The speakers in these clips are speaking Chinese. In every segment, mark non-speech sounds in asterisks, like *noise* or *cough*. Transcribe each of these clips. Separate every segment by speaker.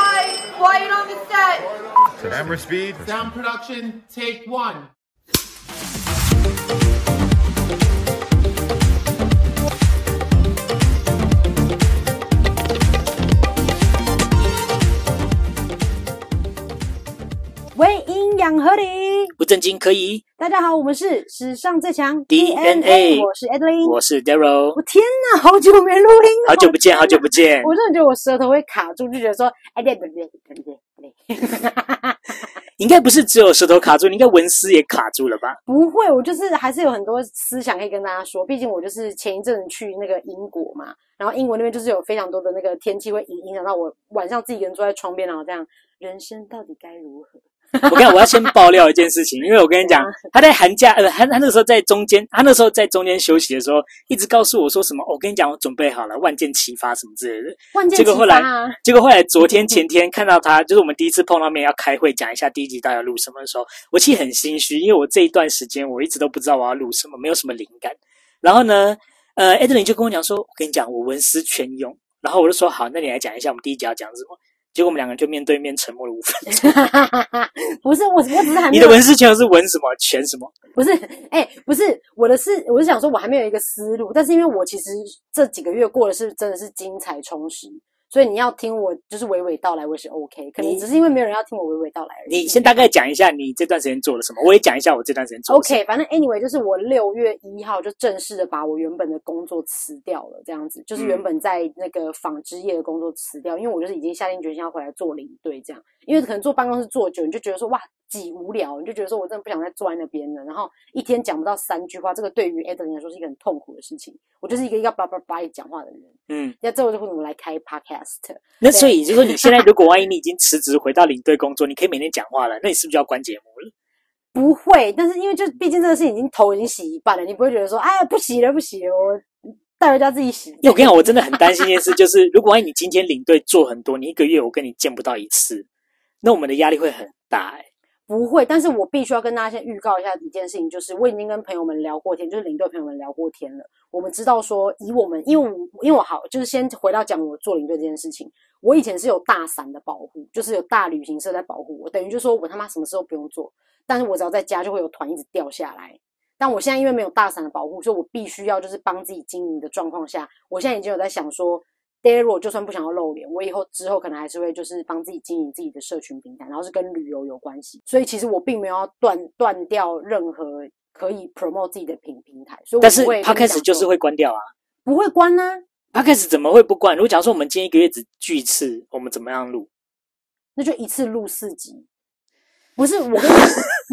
Speaker 1: Why you don't be set?
Speaker 2: Camera speed.
Speaker 3: Sound production, take one.
Speaker 4: 为营养合理。
Speaker 5: 不正经可以。
Speaker 4: 大家好，我们是史上最强
Speaker 5: DNA
Speaker 4: 我是 Adeline。
Speaker 5: 我是 Daryl，
Speaker 4: 嗯我天哪，好久没录音了，
Speaker 5: 好久不见，好久不见。
Speaker 4: 我真的觉得我舌头会卡住，就觉得说，哎，对对对对对对，
Speaker 5: 你应该不是只有舌头卡住，你应该文思也卡住了
Speaker 4: *laughs*
Speaker 5: 吧？
Speaker 4: 不会，我就是还是有很多思想可以跟大家说。毕竟我就是前一阵子去那个英国嘛，然后英国那边就是有非常多的那个天气会影影响到我晚上自己一个人坐在窗边，然后这样，人生到底该如何？
Speaker 5: 我跟你讲，我要先爆料一件事情，因为我跟你讲
Speaker 4: 怎样，
Speaker 5: 他在寒假，呃，他他那时候在中间，他那时候在中间休息的时候，一直告诉我说什么，哦我跟你讲，我准备好了，万箭齐发什么之类的。
Speaker 4: 万箭
Speaker 5: 结果
Speaker 4: 齐
Speaker 5: 后
Speaker 4: 发
Speaker 5: 来
Speaker 4: 啊！
Speaker 5: 结果后来昨天前天看到他，就是我们第一次碰到面要开会讲一下第一集到底要录什么的时候，我其实很心虚，因为我这一段时间我一直都不知道我要录什么，没有什么灵感。然后呢，呃 e d l i n 就跟我讲说，我跟你讲，我文思泉涌。然后我就说好，那你来讲一下我们第一集要讲什么。结果我们两个人就面对面沉默了五分钟。
Speaker 4: 不是我，我只是还没
Speaker 5: *laughs* 你
Speaker 4: 有
Speaker 5: 的文思泉涌是文什么泉什么？
Speaker 4: *laughs* 不是，哎、不是，我的是，我是想说，我还没有一个思路，但是因为我其实这几个月过的是真的是精彩充实，所以你要听我就是娓娓道来，我也是 OK，可能
Speaker 5: 你
Speaker 4: 只是因为没有人要听我娓娓道来而已。
Speaker 5: 你先大概讲一下你这段时间做了什么，我也讲一下我这段时间做了什么。
Speaker 4: OK，反正 anyway，就是我六月一号就正式的把我原本的工作辞掉了，这样子，就是原
Speaker 5: 嗯
Speaker 4: 本在那个纺织业的工作辞掉，因为我就是已经下定决心要回来做领队这样，因为可能坐办公室坐久，你就觉得说哇挤无聊，你就觉得说我真的不想再坐在那边了，然后一天讲不到三句话，这个对于 a d e l 来说是一个很痛苦的事情，我就是一个要叭叭叭一直讲话的人，
Speaker 5: 嗯，
Speaker 4: 那之后就会我们来开 podcast，
Speaker 5: 那所以就是说，你现在如果万一你已经辞职回到领队工作，你可以每天讲话了，那你是不是就要关节目了？
Speaker 4: 不会，但是因为就毕竟这个事情已经头已经洗一半了，你不会觉得说哎不洗了不洗了，我带回家自己洗。
Speaker 5: 因为我跟你讲，我真的很担心一件事，就是 *laughs* 如果万一你今天领队做很多，你一个月我跟你见不到一次，那我们的压力会很大、欸。
Speaker 4: 不会，但是我必须要跟大家先预告一下一件事情，就是我已经跟朋友们聊过天，就是领队朋友们聊过天了。我们知道说，以我们因为我因为我好，就是先回到讲我做领队这件事情，我以前是有大伞的保护，就是有大旅行社在保护我，等于就是说我他妈什么事都不用做，但是我只要在家就会有团一直掉下来。但我现在因为没有大伞的保护，所以我必须要就是帮自己经营的状况下，我现在已经有在想说。Daryl 就算不想要露脸，我以后之后可能还是会就是帮自己经营自己的社群平台，然后是跟旅游有关系，所以其实我并没有要断断掉任何可以 promote 自己的平平台，所以我
Speaker 5: 但是
Speaker 4: 不会跟你
Speaker 5: 他开始
Speaker 4: 讲
Speaker 5: 就是
Speaker 4: 说
Speaker 5: 会关掉啊，
Speaker 4: 不会关啊呢、
Speaker 5: 他开始怎么会不关？如果假如说我们今天一个月只聚一次，我们怎么样录？
Speaker 4: 那就一次录四集。不是我跟你
Speaker 5: *laughs*
Speaker 4: 讲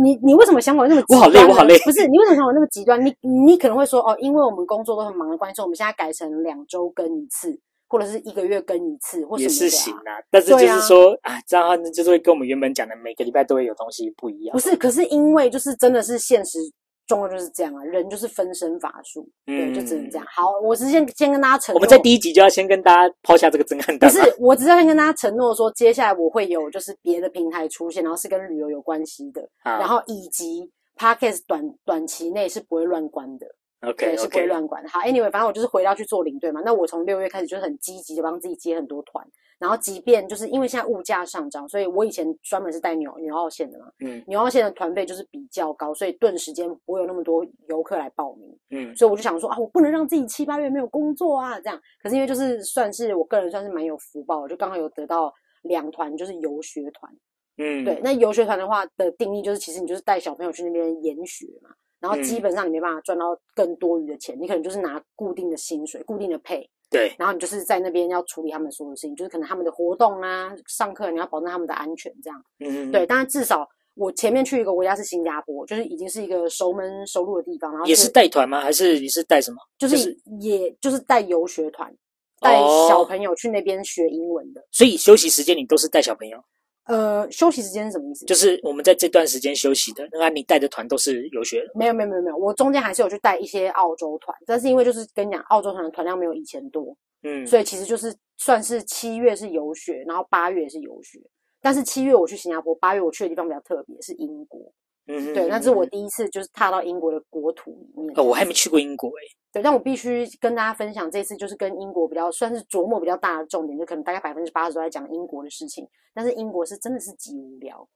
Speaker 4: 你，你为什么想法那么极
Speaker 5: 我好累
Speaker 4: 端呢
Speaker 5: 我好累
Speaker 4: 不是你为什么想法那么极端？你你可能会说哦，因为我们工作都很忙的关系，所以我们现在改成两周更一次，或者是一个月更一次，或什
Speaker 5: 也
Speaker 4: 么的、啊、
Speaker 5: 是行啊，但是就
Speaker 4: 对啊
Speaker 5: 是说，啊，这样的话就是会跟我们原本讲的每个礼拜都会有东西不一样。
Speaker 4: 不是，可是因为就是真的是现实状况就是这样啊，人就是分身乏术，对，
Speaker 5: 嗯
Speaker 4: 就只能这样。好，我是先先跟大家承
Speaker 5: 我
Speaker 4: 诺，
Speaker 5: 们在第一集就要先跟大家抛下这个震撼
Speaker 4: 不
Speaker 5: 弹
Speaker 4: 是
Speaker 5: 吧。，
Speaker 4: 我只是要先跟大家承诺说，接下来我会有就是别的平台出现，然后是跟旅游有关系的，
Speaker 5: 好
Speaker 4: 然后以及 podcast 短短期内是不会乱关的。
Speaker 5: OK
Speaker 4: 对，是不会
Speaker 5: OK，
Speaker 4: 乱管的。好，anyway，反正我就是回到去做领队嘛。那我从六月开始就是很积极的帮自己接很多团，然后即便就是因为现在物价上涨，所以我以前专门是带纽纽澳线的嘛，
Speaker 5: 嗯
Speaker 4: 纽澳线的团费就是比较高，所以顿时间不会有那么多游客来报名，
Speaker 5: 嗯，
Speaker 4: 所以我就想说啊，我不能让自己七八月没有工作啊，这样。可是因为就是算是我个人算是蛮有福报的，就刚好有得到两团就是游学团，
Speaker 5: 嗯，
Speaker 4: 对，，那游学团的话的定义就是，其实你就是带小朋友去那边研学嘛，然后基
Speaker 5: 嗯
Speaker 4: 本上你没办法赚到更多余的钱，你可能就是拿固定的薪水、固定的配，
Speaker 5: 对，
Speaker 4: 然后你就是在那边要处理他们所有的事情，就是可能他们的活动啊、上课，你要保证他们的安全这样。
Speaker 5: 嗯，
Speaker 4: 对，当然至少我前面去一个国家是新加坡，就是已经是一个熟门熟路的地方，然后
Speaker 5: 也是带团吗？还是你是带什么？
Speaker 4: 就
Speaker 5: 就是
Speaker 4: 也就是带游学团，带小
Speaker 5: 哦
Speaker 4: 朋友去那边学英文的。
Speaker 5: 所以休息时间你都是带小朋友，
Speaker 4: 呃，休息时间是什么意思？
Speaker 5: 就是我们在这段时间休息的，那你带的团都是游学的。
Speaker 4: 没有没有没有没有，我中间还是有去带一些澳洲团，但是因为就是跟你讲，澳洲团的团量没有以前多，
Speaker 5: 嗯，
Speaker 4: 所以其实就是算是七月是游学，然后八月也是游学。但是七月我去新加坡，八月我去的地方比较特别，是英国。
Speaker 5: 以嗯
Speaker 4: 对，那是我第一次就是踏到英国的国土里面。
Speaker 5: 哦哦，我还没去过英国诶、
Speaker 4: 对，但我必须跟大家分享，这次就是跟英国比较算是琢磨比较大的重点，就可能大概百分之八十都在讲英国的事情，但是英国是真的是极无聊，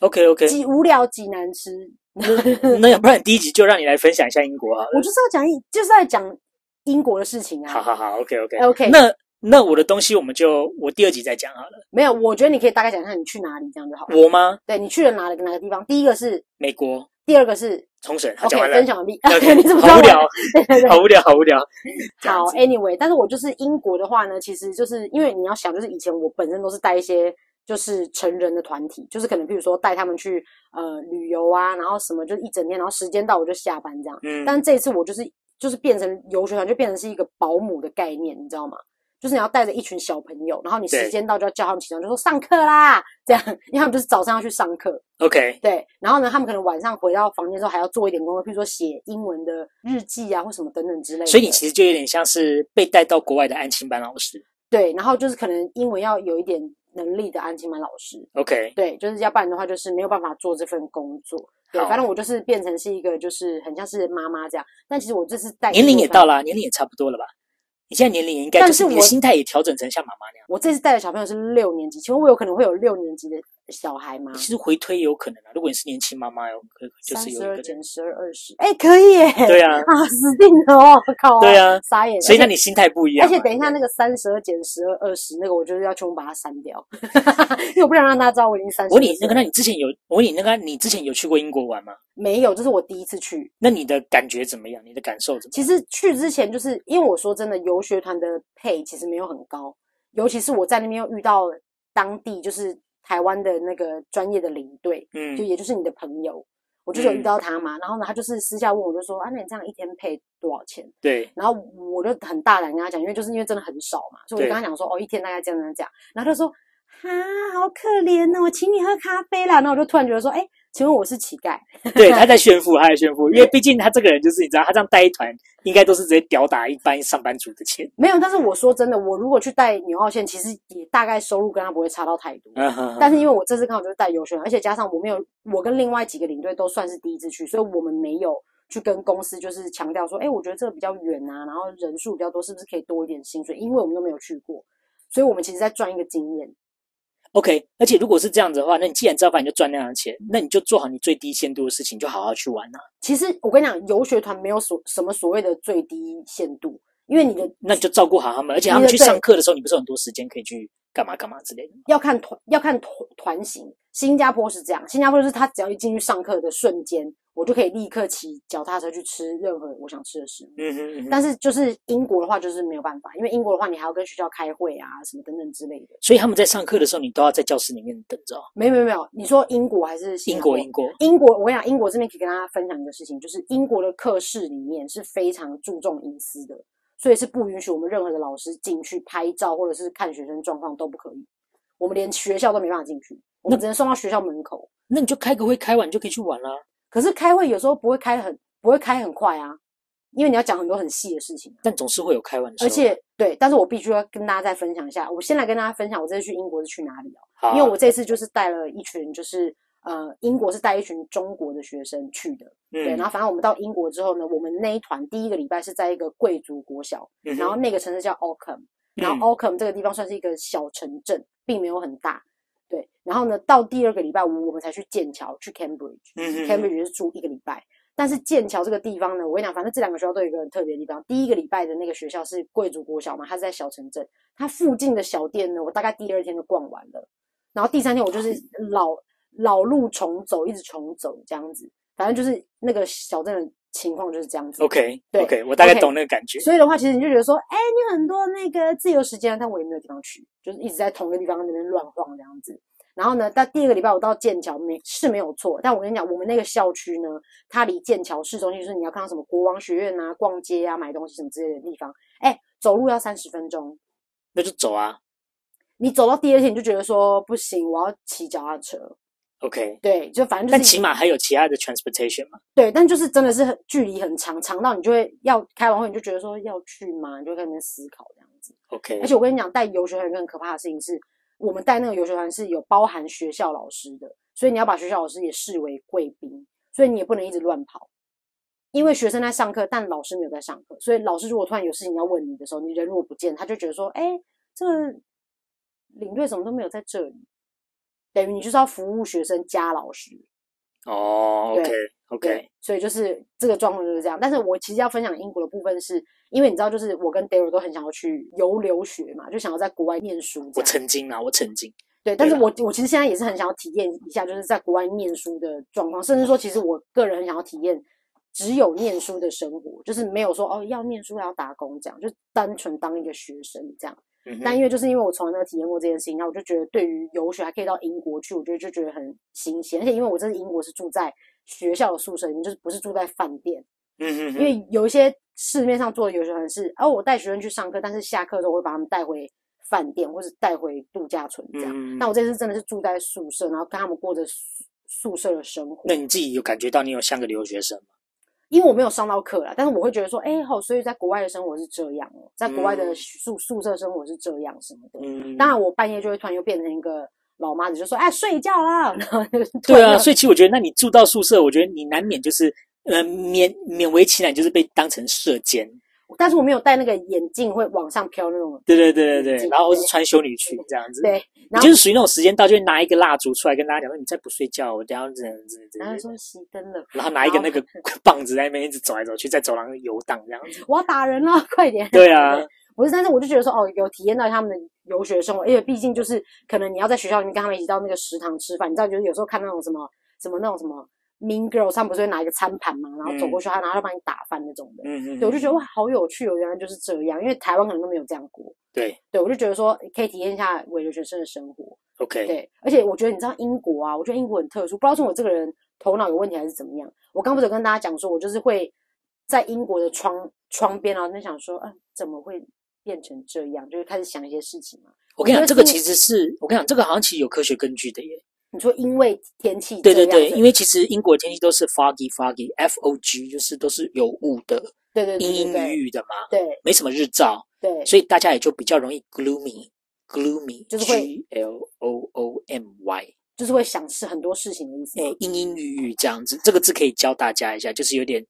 Speaker 5: OK
Speaker 4: *laughs*
Speaker 5: OK，
Speaker 4: 极无聊，极难吃。
Speaker 5: 那要不然第一集就让你来分享一下英国好了。
Speaker 4: 我就是要讲英，就是在讲英国的事情啊。
Speaker 5: 好好好，OK OK
Speaker 4: OK
Speaker 5: 那那我的东西我们就我第二集再讲好了。
Speaker 4: 没有，我觉得你可以大概讲一下你去哪里，这样就好了。
Speaker 5: 我吗？
Speaker 4: 对你去了哪里哪个地方？第一个是，
Speaker 5: 美国
Speaker 4: 第二个是
Speaker 5: 冲绳，好
Speaker 4: OK，
Speaker 5: 讲完了。
Speaker 4: 分享完毕。
Speaker 5: *laughs* OK，
Speaker 4: *laughs* 你怎么知道
Speaker 5: 好无
Speaker 4: 我
Speaker 5: 聊，
Speaker 4: 对对对
Speaker 5: 好无聊，好无聊。这样
Speaker 4: 好
Speaker 5: 子
Speaker 4: ，anyway，但是我就是英国的话呢，其实就是因为你要想，就是以前我本身都是带一些就是成人的团体，就是可能譬如说带他们去呃旅游啊，然后什么就是一整天，然后时间到我就下班这样。
Speaker 5: 嗯，
Speaker 4: 但这一次我就是就是变成游学团，就变成是一个保姆的概念，你知道吗？就是你要带着一群小朋友，然后你
Speaker 5: 对
Speaker 4: 时间到就要叫他们起床，就说上课啦，这样，因为他们就是早上要去上课，
Speaker 5: OK，
Speaker 4: 对，然后呢，他们可能晚上回到房间之后还要做一点功课，譬如说写英文的日记啊，或什么等等之类的。
Speaker 5: 所以你其实就有点像是被带到国外的安亲班老师。
Speaker 4: 对，然后就是可能英文要有一点能力的安亲班老师，
Speaker 5: OK，
Speaker 4: 对，就是要不然的话就是没有办法做这份工作。对，
Speaker 5: 好
Speaker 4: 反正我就是变成是一个就是很像是妈妈这样，但其实我这次带
Speaker 5: 年龄也到
Speaker 4: 了，
Speaker 5: 了啊，年龄也差不多了吧？你现在年龄也应该，
Speaker 4: 但
Speaker 5: 就是你的
Speaker 4: 我
Speaker 5: 心态也调整成像妈妈那样。
Speaker 4: 我这次带的小朋友是六年级，请问我有可能会有六年级的小孩吗？
Speaker 5: 其实回推也有可能啊，如果你是年轻妈妈，有可就
Speaker 4: 嗯三
Speaker 5: 是有
Speaker 4: 十
Speaker 5: 一
Speaker 4: 二
Speaker 5: 个人。
Speaker 4: 减十二二十，哎，可以耶！
Speaker 5: 对啊
Speaker 4: *laughs* 啊，死定了哦！我靠，
Speaker 5: 对啊
Speaker 4: 傻眼。
Speaker 5: 所
Speaker 4: 而
Speaker 5: 以
Speaker 4: 且
Speaker 5: 那你心态不一样
Speaker 4: 而
Speaker 5: 嘛。
Speaker 4: 且等一下
Speaker 5: 对
Speaker 4: 那个三十二减十二二十那个，我就是要全部把它删掉， *laughs* 因为我不想让大家知道我已经三
Speaker 5: 不对
Speaker 4: 十。
Speaker 5: 我问你那个，那你之前有我问你那个，你之前有去过英国玩吗？
Speaker 4: 没有，这是我第一次去，
Speaker 5: 那你的感觉怎么样？你的感受怎么
Speaker 4: 其
Speaker 5: 样？
Speaker 4: 实去之前，就是因为我说真的，游学团的配其实没有很高，尤其是我在那边又遇到当地就是台湾的那个专业的领队，就
Speaker 5: 嗯，
Speaker 4: 也就是你的朋友，我就是有遇
Speaker 5: 嗯
Speaker 4: 到他嘛。然后呢，他就是私下问我，就说啊，那你这样一天配多少钱？ *laughs*
Speaker 5: 对，
Speaker 4: 然后我就很大胆跟他讲，因为就是因为真的很少嘛，所以我就
Speaker 5: 对
Speaker 4: 跟他讲说，哦，一天大概这样这样这样。然后他就说，哈，好可怜哦，我请你喝咖啡啦。然后我就突然觉得说，哎，请问我是乞丐？
Speaker 5: 对，他在炫富，他在炫富，因为毕竟他这个人就是你知道，他这样带一团，应该都是直接吊打一般上班族的钱。
Speaker 4: 没有，但是我说真的，我如果去带纽澳线，其实也大概收入跟他不会差到太多。
Speaker 5: 嗯
Speaker 4: 但是因为我这次刚好就是带游学团，而且加上我没有，我跟另外几个领队都算是第一次去，所以我们没有去跟公司就是强调说，哎，我觉得这个比较远啊，然后人数比较多，是不是可以多一点薪水？因为我们都没有去过，所以我们其实在赚一个经验。
Speaker 5: OK，而且如果是这样子的话，那你既然知道，反正你就赚那样的钱，那你就做好你最低限度的事情，就好好去玩啊。
Speaker 4: 其实我跟你讲，游学团没有所什么所谓的最低限度，因为你的
Speaker 5: 那你就照顾好他们，而且他们
Speaker 4: 你的
Speaker 5: 去
Speaker 4: 对
Speaker 5: 上课的时候，你不是有很多时间可以去干嘛干嘛之类的吗。
Speaker 4: 要看团要看团团型。新加坡是这样，新加坡就是他只要一进去上课的瞬间，我就可以立刻骑脚踏车去吃任何我想吃的食物。
Speaker 5: 嗯哼嗯哼。
Speaker 4: 但是就是英国的话，就是没有办法，因为英国的话，你还要跟学校开会啊，什么等等之类的。
Speaker 5: 所以他们在上课的时候，你都要在教室里面等着哦。
Speaker 4: 没有没有没有，你说英国还是新
Speaker 5: 英
Speaker 4: 加
Speaker 5: 国，
Speaker 4: 坡
Speaker 5: 英国，
Speaker 4: 英国，我跟你讲，英国这边可以跟大家分享一个事情，就是英国的课室里面是非常注重隐私的，所以是不允许我们任何的老师进去拍照或者是看学生状况都不可以，我们连学校都没办法进去，我们只能送到学校门口。
Speaker 5: 那你就开个会，开完就可以去玩啦、
Speaker 4: 可是开会有时候不会开很不会开很快啊，因为你要讲很多很细的事情啊。
Speaker 5: 但总是会有开完的时候。
Speaker 4: 而，且对，但是我必须要跟大家再分享一下，我先来跟大家分享我这次去英国是去哪里哦、
Speaker 5: 好啊
Speaker 4: 因为我这次就是带了一群就是。呃，英国是带一群中国的学生去的，对。
Speaker 5: 嗯
Speaker 4: 然后反正我们到英国之后呢，我们那一团第一个礼拜是在一个贵族国小，
Speaker 5: 嗯哼
Speaker 4: 然后那个城市叫 Ockham，然
Speaker 5: 嗯
Speaker 4: 后 Ockham 这个地方算是一个小城镇，并没有很大，对。然后呢，到第二个礼拜五我们才去剑桥，去 Cambridge，Cambridge、
Speaker 5: 嗯哼
Speaker 4: Cambridge 是住一个礼拜。但是剑桥这个地方呢，我跟你讲，反正这两个学校都有一个很特别的地方。第一个礼拜的那个学校是贵族国小嘛，它是在小城镇，它附近的小店呢，我大概第二天就逛完了，然后第三天我就是老老路重走，一直重走这样子，反正就是那个小镇的情况就是这样子。
Speaker 5: OK
Speaker 4: 哦对
Speaker 5: OK，我大概
Speaker 4: OK
Speaker 5: 懂那个感觉。
Speaker 4: 所以的话，其实你就觉得说，哎、你很多那个自由时间，但我也没有地方去，就是一直在同一个地方那边乱晃这样子。然后呢，到第二个礼拜我到剑桥没是没有错，但我跟你讲，我们那个校区呢，它离剑桥市中心就是你要看到什么国王学院啊、逛街啊、买东西什么之类的地方，哎、走路要三十分钟。
Speaker 5: 那就走啊。
Speaker 4: 你走到第二天，你就觉得说不行，我要骑脚踏车。
Speaker 5: OK，
Speaker 4: 对，就反正就是
Speaker 5: 但起码还有其他的 transportation 嘛。
Speaker 4: 对，但就是真的是很距离很长，长到你就会要开完会，你就觉得说要去吗？你就会在那边思考这样子。
Speaker 5: OK，
Speaker 4: 而且我跟你讲，带游学团有一个很可怕的事情是，我们带那个游学团是有包含学校老师的，所以你要把学校老师也视为贵宾，所以你也不能一直乱跑。因为学生在上课，但老师没有在上课，所以老师如果突然有事情要问你的时候，你人如果不见，他就觉得说，哎，这个领队怎么都没有在这里，等于你就是要服务学生加老师。
Speaker 5: 哦
Speaker 4: 对
Speaker 5: ，OK
Speaker 4: 对
Speaker 5: OK，，
Speaker 4: 所以就是这个状况就是这样。但是我其实要分享英国的部分是，因为你知道，就是我跟 Daryl 都很想要去游留学嘛，就想要在国外念书这
Speaker 5: 我
Speaker 4: 样。
Speaker 5: 曾经啊，我曾经，
Speaker 4: 对，但是
Speaker 5: 对
Speaker 4: 我我其实现在也是很想要体验一下，就是在国外念书的状况，甚至说，其实我个人很想要体验只有念书的生活，就是没有说哦要念书还要打工这样，就单纯当一个学生这样。
Speaker 5: 嗯
Speaker 4: 但
Speaker 5: 哼，
Speaker 4: 因为就是因为我从来没有体验过这件事情，那我就觉得对于游学还可以到英国去，我觉得就觉得很新鲜。而且因为我这次英国是住在学校的宿舍里面，就是不是住在饭店，
Speaker 5: 嗯哼哼，
Speaker 4: 因为有一些市面上做的游学团是，哦，我带学生去上课，但是下课之后我会把他们带回饭店或是带回度假村这样。
Speaker 5: 嗯
Speaker 4: 但我这次真的是住在宿舍，然后跟他们过着宿宿舍的生活
Speaker 5: 那。你自己有感觉到你有像个留学生吗？
Speaker 4: 因为我没有上到课啦，但是我会觉得说，哎、好，所以在国外的生活是这样哦，在国外的
Speaker 5: 嗯
Speaker 4: 宿宿舍生活是这样什么的。
Speaker 5: 嗯，
Speaker 4: 当然，我半夜就会突然又变成一个老妈子，就说：“哎，睡觉啦！” *laughs* 然后就是突
Speaker 5: 对
Speaker 4: 然
Speaker 5: 啊，
Speaker 4: 又
Speaker 5: 所以其实我觉得，那你住到宿舍，我觉得你难免就是呃勉勉为其难，就是被当成射箭。
Speaker 4: 但是我没有戴那个眼镜会往上飘那种。
Speaker 5: 对对对对
Speaker 4: 对
Speaker 5: 对，然后是穿修女裙这样子，
Speaker 4: 嗯对，
Speaker 5: 你
Speaker 4: 然后
Speaker 5: 就是属于那种时间到就会拿一个蜡烛出来跟大家讲说你再不睡觉，我等一下这样子，这
Speaker 4: 然
Speaker 5: 样
Speaker 4: 后
Speaker 5: 子
Speaker 4: 说熄灯了，
Speaker 5: 然后拿一个那个 *laughs* 棒子在那边一直走来走去，在走廊游荡这样
Speaker 4: *laughs*
Speaker 5: 子。
Speaker 4: 我要打人了，快点！
Speaker 5: 对啊，
Speaker 4: 不是，但是我就觉得说，哦，有体验到他们的游学生活，因为毕竟就是可能你要在学校里面跟他们一起到那个食堂吃饭，你知道，就是有时候看那种什么什么那种什么 Mean Girls，他们不是会拿一个餐盘嘛，然后走过去，他然后他帮你打饭那种的。
Speaker 5: 嗯嗯嗯，
Speaker 4: 对，我就觉得
Speaker 5: 嗯
Speaker 4: 哇，好有趣哦！原来就是这样，因为台湾可能都没有这样过。
Speaker 5: 对
Speaker 4: 对，我就觉得说可以体验一下伪留学生的生活。
Speaker 5: ，OK，
Speaker 4: 对，而且我觉得你知道英国啊，我觉得英国很特殊，不知道是我这个人头脑有问题还是怎么样。我刚不是有跟大家讲说，我就是会在英国的窗窗边啊，那想说，嗯、怎么会变成这样？就是开始想一些事情嘛。
Speaker 5: 我跟你
Speaker 4: 我觉得
Speaker 5: 讲，这个
Speaker 4: 是
Speaker 5: 其实是我跟你讲，这个好像其实有科学根据的耶。
Speaker 4: 你说因为天气
Speaker 5: 对
Speaker 4: 这
Speaker 5: 对
Speaker 4: 样
Speaker 5: 对，
Speaker 4: 子
Speaker 5: 因为其实英国天气都是 foggy foggy，F O G 就是都是有雾的，
Speaker 4: 对对
Speaker 5: 阴
Speaker 4: 对
Speaker 5: 阴
Speaker 4: 对
Speaker 5: 雨雨的嘛，
Speaker 4: 对对
Speaker 5: 没什么日照，
Speaker 4: 对，
Speaker 5: 所以大家也就比较容易 gloomy gloomy，
Speaker 4: 就是会
Speaker 5: G L O O M Y，
Speaker 4: 就是会想事很多事情的意思
Speaker 5: 哎
Speaker 4: 嘛。，
Speaker 5: 阴阴郁郁这样子。这个字可以教大家一下，就是有点，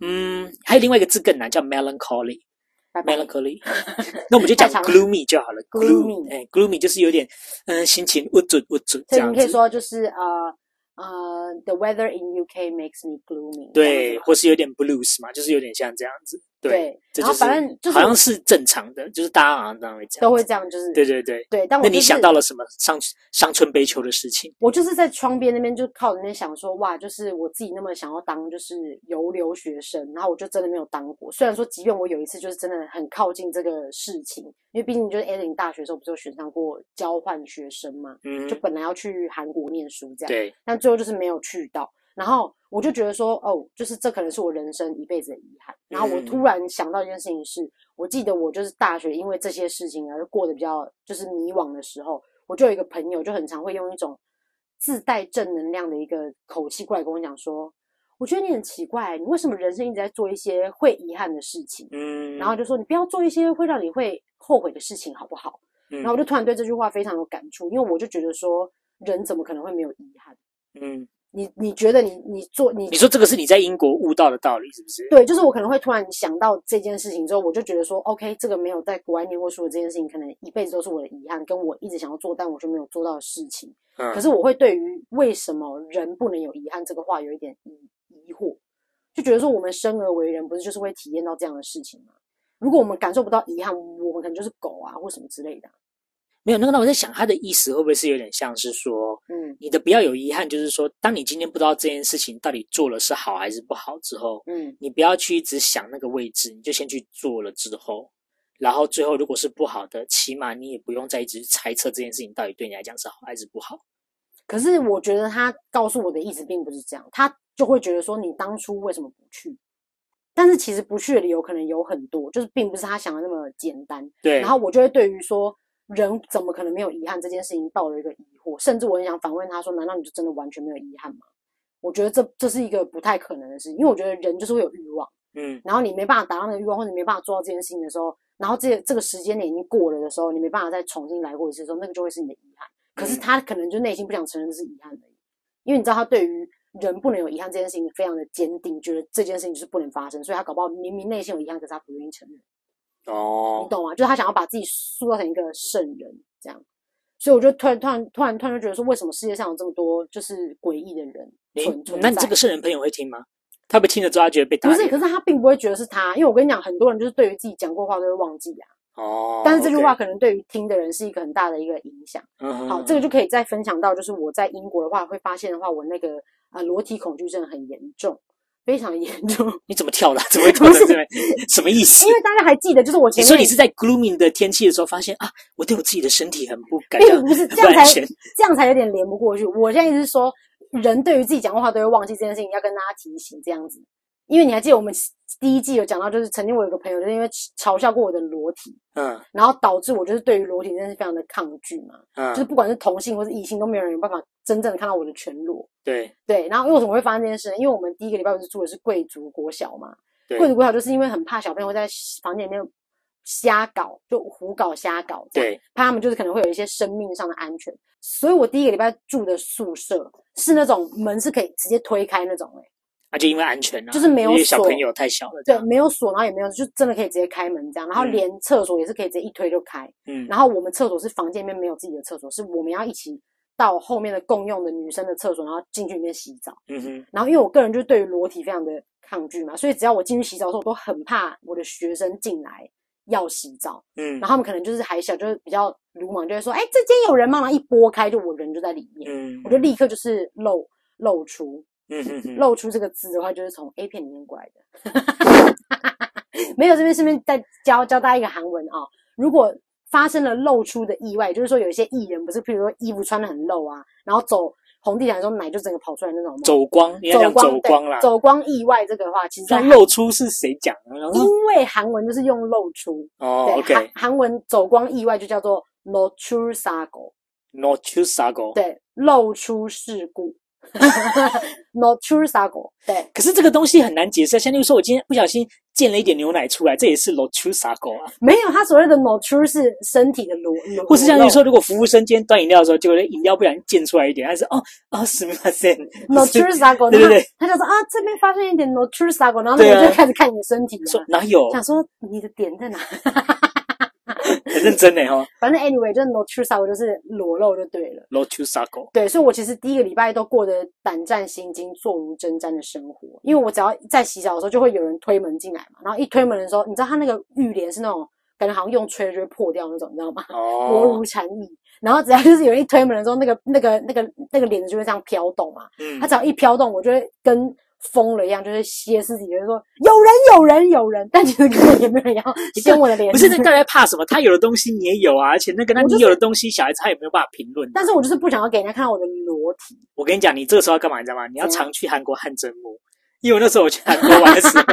Speaker 5: 嗯，还有另外一个字更难，叫
Speaker 4: *laughs*
Speaker 5: melancholy。
Speaker 4: 拜拜。
Speaker 5: melancholy，那我们就讲
Speaker 4: 太长了
Speaker 5: gloomy 就好了。
Speaker 4: gloomy
Speaker 5: 哎，gloomy 就是有点，嗯，心情不准不准这
Speaker 4: 所以
Speaker 5: 样
Speaker 4: 你可以
Speaker 5: 子。
Speaker 4: 说就是呃呃，the weather in UK makes me gloomy 这样
Speaker 5: 对
Speaker 4: 子，嘛。
Speaker 5: 或是有点 blues 嘛，就是有点像这样子。对，这
Speaker 4: 然
Speaker 5: 就
Speaker 4: 后
Speaker 5: 是
Speaker 4: 反正就是
Speaker 5: 好像是正常的，就是大家好像都会这样，
Speaker 4: 都会。这样，就是
Speaker 5: 对对对。
Speaker 4: 对。但我
Speaker 5: 那
Speaker 4: 就
Speaker 5: 你
Speaker 4: 是
Speaker 5: 想到了什么上上春悲秋的事情？
Speaker 4: 我就是在窗边那边就靠着那边想说，哇，就是我自己那么想要当就是游留学生，然后我就真的没有当过。虽然说，即便我有一次就是真的很靠近这个事情，因为毕竟就是 a l n 大学的时候不是有选上过交换学生嘛，
Speaker 5: 嗯
Speaker 4: 就，本来要去韩国念书这样，
Speaker 5: 对，
Speaker 4: 但最后就是没有去到。然后我就觉得说，哦，就是这可能是我人生一辈子的遗憾。然后我
Speaker 5: 嗯
Speaker 4: 突然想到一件事情是，我记得我就是大学因为这些事情而过得比较就是迷惘的时候，我就有一个朋友就很常会用一种自带正能量的一个口气过来跟我讲说，我觉得你很奇怪，你为什么人生一直在做一些会遗憾的事情？
Speaker 5: 嗯。
Speaker 4: 然后就说你不要做一些会让你会后悔的事情，好不好？
Speaker 5: 然
Speaker 4: 然后我就突然对这句话非常有感触，因为我就觉得说，人怎么可能会没有遗憾？
Speaker 5: 嗯，
Speaker 4: 你你觉得你你做你
Speaker 5: 你说这个是你在英国悟到的道理，是不是？
Speaker 4: 对，就是我可能会突然想到这件事情之后，我就觉得说，OK，这个没有在国外念过书的这件事情，可能一辈子都是我的遗憾，跟我一直想要做但我却没有做到的事情。
Speaker 5: 嗯，
Speaker 4: 可是我会对于为什么人不能有遗憾这个话有一点疑疑惑，就觉得说我们生而为人，不是就是会体验到这样的事情吗？如果我们感受不到遗憾，我们可能就是狗啊或什么之类的啊。
Speaker 5: 没有那个，那我在想他的意思会不会是有点像是说，
Speaker 4: 嗯
Speaker 5: 你的不要有遗憾，就是说，当你今天不知道这件事情到底做了是好还是不好之后，
Speaker 4: 嗯，
Speaker 5: 你不要去一直想那个位置，你就先去做了之后，然后最后如果是不好的，起码你也不用再一直猜测这件事情到底对你来讲是好还是不好。
Speaker 4: 可是我觉得他告诉我的意思并不是这样，他就会觉得说你当初为什么不去？但是其实不去的理由可能有很多，就是并不是他想的那么简单。
Speaker 5: 对，
Speaker 4: 然后我就会对于说人怎么可能没有遗憾这件事情抱有一个疑惑，甚至我很想反问他说：难道你就真的完全没有遗憾吗？我觉得这这是一个不太可能的事情，因为我觉得人就是会有欲望，
Speaker 5: 嗯，
Speaker 4: 然后你没办法达到那个欲望，或者你没办法做到这件事情的时候，然后这这个时间点已经过了的时候，你没办法再重新来过一次的时候，那个就会是你的遗憾。可是
Speaker 5: 嗯
Speaker 4: 他可能就内心不想承认这是遗憾而已，因为你知道他对于人不能有遗憾这件事情非常的坚定，觉得这件事情就是不能发生，所以他搞不好明明内心有遗憾，可是他不愿意承认。你
Speaker 5: 哦，
Speaker 4: 懂吗？就是他想要把自己塑造成一个圣人这样，所以我就突然突然突然突然就觉得说，为什么世界上有这么多就是诡异的人
Speaker 5: 你
Speaker 4: 存存在？
Speaker 5: 那你这个圣人朋友会听吗？他被听了之后，他觉得被打
Speaker 4: 不
Speaker 5: 脸。
Speaker 4: 是，可是他并不会觉得是他，因为我跟你讲，很多人就是对于自己讲过话都会忘记啊。
Speaker 5: 哦，
Speaker 4: 但是这句
Speaker 5: OK
Speaker 4: 话可能对于听的人是一个很大的一个影响。
Speaker 5: 嗯
Speaker 4: 好，这个就可以再分享到，就是我在英国的话，会发现的话，我那个呃裸体恐惧症很严重，非常严重。
Speaker 5: *laughs* 你怎么跳的啊？怎么会跳到这边？什么意
Speaker 4: *laughs*
Speaker 5: 思
Speaker 4: 因？为大家还记得，就是我
Speaker 5: 你
Speaker 4: 前
Speaker 5: 说
Speaker 4: 面
Speaker 5: 你是在 gloomy 的天气的时候发现啊，我对我自己的身体很不感
Speaker 4: 并 *laughs* 不是
Speaker 5: 到
Speaker 4: 这
Speaker 5: 不
Speaker 4: 样
Speaker 5: 安
Speaker 4: 才
Speaker 5: 全。
Speaker 4: 这样才有点连不过去。我现在一直说，人对于自己讲的话都会忘记这件事情，要跟大家提醒这样子。因为你还记得我们第一季有讲到，就是曾经我有个朋友，就是因为嘲笑过我的裸体，
Speaker 5: 嗯
Speaker 4: 然后导致我就是对于裸体真的是非常的抗拒嘛，就是
Speaker 5: 嗯，
Speaker 4: 不管是同性或是异性，都没有人有办法真正的看到我的全裸。
Speaker 5: 对
Speaker 4: 对，然后因为为什么会发生这件事呢？因为我们第一个礼拜不是住的是贵族国小嘛，
Speaker 5: 对，
Speaker 4: 贵族国小就是因为很怕小朋友在房间里面瞎搞，就胡搞瞎搞，这样
Speaker 5: 对
Speaker 4: 怕他们就是可能会有一些生命上的安全。所以我第一个礼拜住的宿舍是那种门是可以直接推开那种、欸，
Speaker 5: 啊，就因为安全啊，
Speaker 4: 就是没有
Speaker 5: 因为小
Speaker 4: 锁
Speaker 5: 朋友太小了，这
Speaker 4: 对，
Speaker 5: 样
Speaker 4: 没有锁，然后也没有，就真的可以直接开门这样。然后
Speaker 5: 嗯
Speaker 4: 连厕所也是可以直接一推就开。
Speaker 5: 嗯，
Speaker 4: 然后我们厕所是房间里面没有自己的厕所，是我们要一起到后面的共用的女生的厕所，然后进去里面洗澡。
Speaker 5: 嗯哼，
Speaker 4: 然后因为我个人就对于裸体非常的抗拒嘛，所以只要我进去洗澡的时候，我都很怕我的学生进来要洗澡，
Speaker 5: 嗯
Speaker 4: 然后他们可能就是还小，就是比较鲁莽，就会说：“哎，这间有人吗？”然后一拨开，就我人就在里面，
Speaker 5: 嗯，
Speaker 4: 我就立刻就是露露出
Speaker 5: 嗯哼哼，
Speaker 4: 露出这个字的话，就是从 A 片里面过来的。 *laughs* 没有，这边顺便再教教大家一个韩文啊、如果发生了露出的意外，就是说有一些艺人不是，譬如说衣服穿的很露啊，然后走红地毯的时候奶就整个跑出来那种吗？
Speaker 5: 走光，应该
Speaker 4: 走
Speaker 5: 讲
Speaker 4: 光
Speaker 5: 走
Speaker 4: 对
Speaker 5: 光啦。
Speaker 4: 走光意外这个的话，其实在
Speaker 5: 那露出是谁讲的？然后
Speaker 4: 因为韩文就是用露出，
Speaker 5: 哦
Speaker 4: 对，韩
Speaker 5: ，OK，
Speaker 4: 韩文走光意外就叫做 no t r u s a g o
Speaker 5: no to s a g o
Speaker 4: 对，露出事故 *laughs* no t r u s a g o 对，
Speaker 5: 可是这个东西很难解释啊，像例如说，我今天不小心溅了一点牛奶出来，这也是 no to s a g o 啊。
Speaker 4: 没有，他所谓的 no t r u 是身体的裸裸，
Speaker 5: 或是像
Speaker 4: 裸
Speaker 5: 你
Speaker 4: 露
Speaker 5: 说，如果服务生今天端饮料的时候，结果饮料不小心溅出来一点，他是哦哦，すみません。
Speaker 4: no t r u s a g o
Speaker 5: 对对对，
Speaker 4: 他就说啊，这边发生一点 no t r u s a g o 然后
Speaker 5: 对
Speaker 4: 那
Speaker 5: 啊
Speaker 4: 个人就开始看你的身体
Speaker 5: 说
Speaker 4: 啊，
Speaker 5: 哪有
Speaker 4: 想说你的点在哪？ *laughs*
Speaker 5: 很认真呢哈
Speaker 4: 反正 anyway 就是 no t r u s a g o 就是裸露就对了。
Speaker 5: ，no to s a g o
Speaker 4: 对，所以我其实第一个礼拜都过得胆战心惊、坐如针毡的生活，因为我只要在洗澡的时候，就会有人推门进来嘛，然后一推门的时候，你知道他那个浴帘是那种感觉好像用吹就会破掉那种，你知道吗？薄
Speaker 5: 哦
Speaker 4: 如，蝉翼。然后只要就是有人一推门的时候，那个那个那个那个帘子就会这样飘动嘛，
Speaker 5: 嗯
Speaker 4: 它只要一飘动，我就会跟疯了一样，就是歇斯底里地说有人有人有人，但其实根本也没有
Speaker 5: *laughs*
Speaker 4: 人要掀我的帘
Speaker 5: 不
Speaker 4: 子。
Speaker 5: 是，那大家怕什么？他有的东西你也有啊，而且那个那你有的东西，小孩子他也没有办法评论。
Speaker 4: *laughs* 但是我就是不想要给人家看到我的裸体，
Speaker 5: 我跟你讲，你这个时候要干嘛？你知道吗？你要
Speaker 4: 怎样
Speaker 5: 常去韩国汗蒸幕，因为我那时候我去韩国玩的时
Speaker 4: *laughs*
Speaker 5: 候，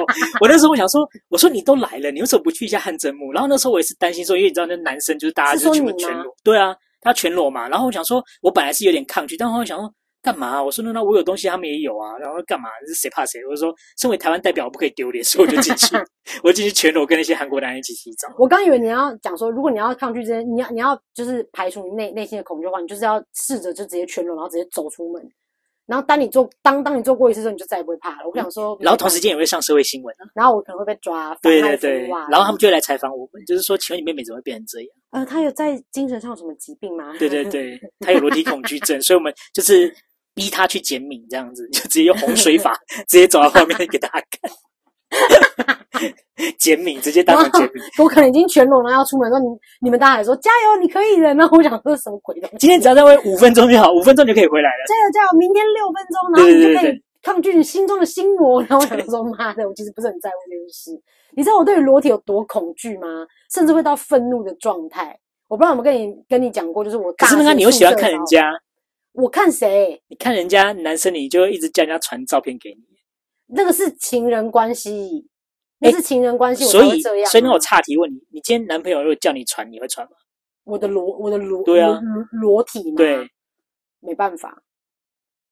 Speaker 5: 我那时候我想说，我说你都来了，你为什么不去一下汗蒸幕？然后那时候我也是担心说，因为你知道那男生就是大家
Speaker 4: 是
Speaker 5: 就是全
Speaker 4: 说
Speaker 5: 部
Speaker 4: 你
Speaker 5: 全
Speaker 4: 吗
Speaker 5: 裸，对啊，他全裸嘛。然后我想说，我本来是有点抗拒，但后来想说。干嘛、啊我说那那我有东西，他们也有啊。然后干嘛？是谁怕谁？我就说，身为台湾代表，我不可以丢脸，所以我就进
Speaker 4: *laughs*
Speaker 5: 去，我进去全裸跟那些韩国男人一起洗澡。
Speaker 4: 我刚以为你要讲说，如果你要抗拒这些，你要你要就是排除你内内心的恐惧的话，你就是要试着就直接全裸，然后直接走出门。然后当你做当当你做过一次之后，你就再也不会怕 *laughs* 了。我想说，
Speaker 5: 嗯然后同时间也会上社会新闻啊，
Speaker 4: 然后我可能会被抓，
Speaker 5: 对
Speaker 4: 妨害
Speaker 5: 对对
Speaker 4: 风化。
Speaker 5: 然后他们就会来采访我们，就是说，请问你妹妹怎么会变成这样？
Speaker 4: 呃，他有在精神上有什么疾病吗？ *laughs*
Speaker 5: 对对对，他有裸体恐惧症，所以我们就是逼他去减敏，这样子 *laughs* 就直接用洪水法，直接走到外面给大家看。 *laughs* 减敏，直接当场减敏。
Speaker 4: 我可能已经全裸了，要出门的时候，你你们大家还说加油，你可以的。 *laughs* 那我想这是什么鬼东西？
Speaker 5: 今天只要再问五分钟就好，五分钟就可以回来了。
Speaker 4: 加油加油，明天六分钟，然后你
Speaker 5: 对对
Speaker 4: 就可
Speaker 5: 对
Speaker 4: 以抗拒你心中的心魔。然后我想说， *laughs* 妈的，我其实不是很在乎这件事。你知道我对于裸体有多恐惧吗？甚至会到愤怒的状态。我不知道有没有跟你跟你讲过，就是我
Speaker 5: 可是
Speaker 4: 大
Speaker 5: 那
Speaker 4: 学
Speaker 5: 个你又
Speaker 4: 宿
Speaker 5: 喜欢
Speaker 4: 舍的
Speaker 5: 看人
Speaker 4: 时候，
Speaker 5: 家，
Speaker 4: 我看谁？
Speaker 5: 你看人家男生，你就一直叫人家传照片给你。
Speaker 4: 那个是情人关系，那是情人关系，我才
Speaker 5: 所
Speaker 4: 会
Speaker 5: 以
Speaker 4: 这样啊。
Speaker 5: 所以那我岔题问你，你今天男朋友如果叫你传，你会传吗？
Speaker 4: 我的裸我的裸
Speaker 5: 对啊
Speaker 4: 裸裸体嘛，
Speaker 5: 对，
Speaker 4: 没办法。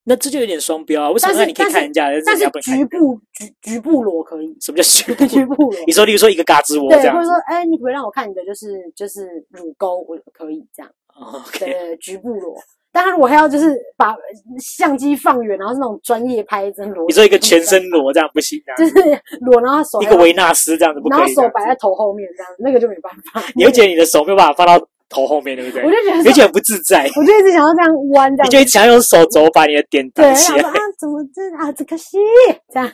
Speaker 5: 那这就有点双标啊。为什
Speaker 4: 但
Speaker 5: 么
Speaker 4: 是
Speaker 5: 那你可以看人家，
Speaker 4: 但
Speaker 5: 人
Speaker 4: 是
Speaker 5: 家不能看
Speaker 4: 局
Speaker 5: 你的？
Speaker 4: 部局局部裸可以，
Speaker 5: 什么叫局
Speaker 4: *laughs* 局
Speaker 5: 部？
Speaker 4: 部裸
Speaker 5: 你说，例如说一个嘎吱窝
Speaker 4: 对
Speaker 5: 这，样
Speaker 4: 或者
Speaker 5: 子
Speaker 4: 说，哎、你可不可以让我看你的就是就是乳沟，我可以这样，
Speaker 5: 哦
Speaker 4: 对
Speaker 5: ，OK，
Speaker 4: 对对，局部裸。但他如果还要就是把相机放远，然后是那种专业拍，真裸，
Speaker 5: 你说一个全身裸这样不行啊，
Speaker 4: 就是裸，然后手
Speaker 5: 一
Speaker 4: 还
Speaker 5: 个
Speaker 4: 要
Speaker 5: 维纳斯这样子不
Speaker 4: 然后
Speaker 5: 可以
Speaker 4: 手
Speaker 5: 这样子，
Speaker 4: 摆在头后面这样，那个就没办法。
Speaker 5: 你会觉得你的手没有办法放到头后面，对不对
Speaker 4: 我？就觉得
Speaker 5: 你会觉
Speaker 4: 说，
Speaker 5: 得很不自在，
Speaker 4: 我就一直想要这样弯这
Speaker 5: 你就
Speaker 4: 样。
Speaker 5: 一直想用手肘把你的点
Speaker 4: 对，
Speaker 5: 挡
Speaker 4: 然
Speaker 5: 起
Speaker 4: 后说
Speaker 5: 来。
Speaker 4: 啊，怎么这啊，只可惜这样，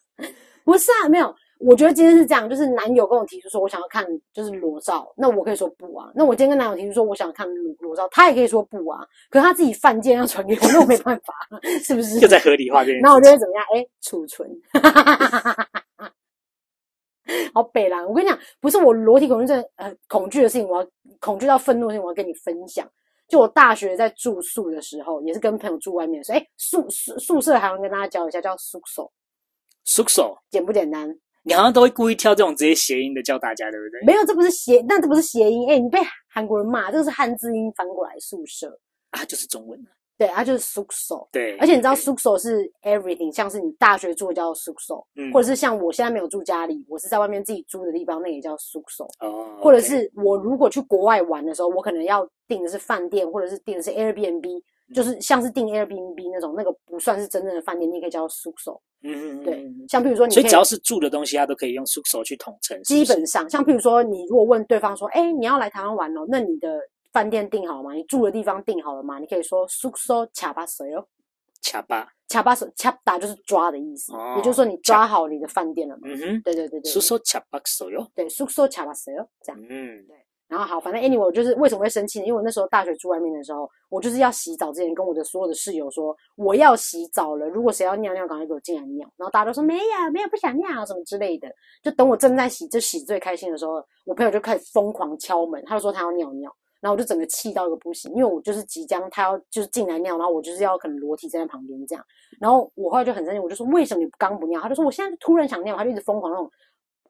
Speaker 4: *laughs* 不是啊，没有。我觉得今天是这样，就是男友跟我提出说我想要看就是裸照，那我可以说不啊。那我今天跟男友提出说我想看裸裸照，他也可以说不啊。可是他自己犯贱要传给我，那我没办法， *laughs* 是不是？
Speaker 5: 就在合理化这件
Speaker 4: 然后我
Speaker 5: 事
Speaker 4: 就
Speaker 5: 情。
Speaker 4: 会怎么样？哎，储存，好北啦！我跟你讲，不是我裸体恐惧症，呃，恐惧的事情，我要恐惧到愤怒的事情，我要跟你分享。就我大学在住宿的时候，也是跟朋友住外面的时候，哎，宿宿宿舍还要跟大家教一下，叫宿舍，
Speaker 5: 叔手，
Speaker 4: 简不简单？
Speaker 5: 你好像都会故意挑这种直接谐音的教大家，对不对？
Speaker 4: 没有，这不是谐，那这不是谐音，哎，你被韩国人骂，这个是汉字音翻过来宿舍，
Speaker 5: 啊，就是中文。
Speaker 4: 对，它就是宿舍。
Speaker 5: 对，
Speaker 4: 而且你知道
Speaker 5: 对
Speaker 4: s u x o 是 everything，像是你大学住的叫 s u x o
Speaker 5: 嗯
Speaker 4: 或者是像我现在没有住家里，我是在外面自己租的地方，那也叫 s u x o
Speaker 5: 哦，
Speaker 4: 或者
Speaker 5: OK
Speaker 4: 是我如果去国外玩的时候，我可能要订的是饭店，或者是订的是 Airbnb，就是像是订 Airbnb 那种，那个不算是真正的饭店，你也可以叫 s u x o
Speaker 5: 嗯，嗯
Speaker 4: 对
Speaker 5: 嗯嗯
Speaker 4: 像比如说你可
Speaker 5: 所以
Speaker 4: 以
Speaker 5: 只要是住的东西，它都可以用叔手去统称。是
Speaker 4: 基
Speaker 5: 不是
Speaker 4: 本上，像譬如说，你如果问对方说：“哎、你要来台湾玩哦，那你的饭店订好了吗？你住的地方订好了吗？”你可以说 s u x o 卡巴水哦。
Speaker 5: 卡巴，
Speaker 4: 卡巴手卡打就是抓的意思，
Speaker 5: 哦
Speaker 4: 也就是说你抓好你的饭店了嘛。
Speaker 5: 嗯哼，
Speaker 4: 对对对对
Speaker 5: 叔，手卡巴手哟。
Speaker 4: 对，宿舍卡巴谁哦，这样。
Speaker 5: 嗯，
Speaker 4: 然后好，反正 anyway，我就是为什么会生气呢？因为我那时候大学住外面的时候，我就是要洗澡之前跟我的所有的室友说我要洗澡了，如果谁要尿尿，赶快给我进来尿。然后大家都说没有没有不想尿啊什么之类的。就等我正在洗就洗最开心的时候，我朋友就开始疯狂敲门，他就说他要尿尿。然后我就整个气到一个不行，因为我就是即将他要就是进来尿，然后我就是要可能裸体站在旁边这样，然后我后来就很生气，我就说为什么你刚不尿？他就说我现在突然想尿，他就一直疯狂那种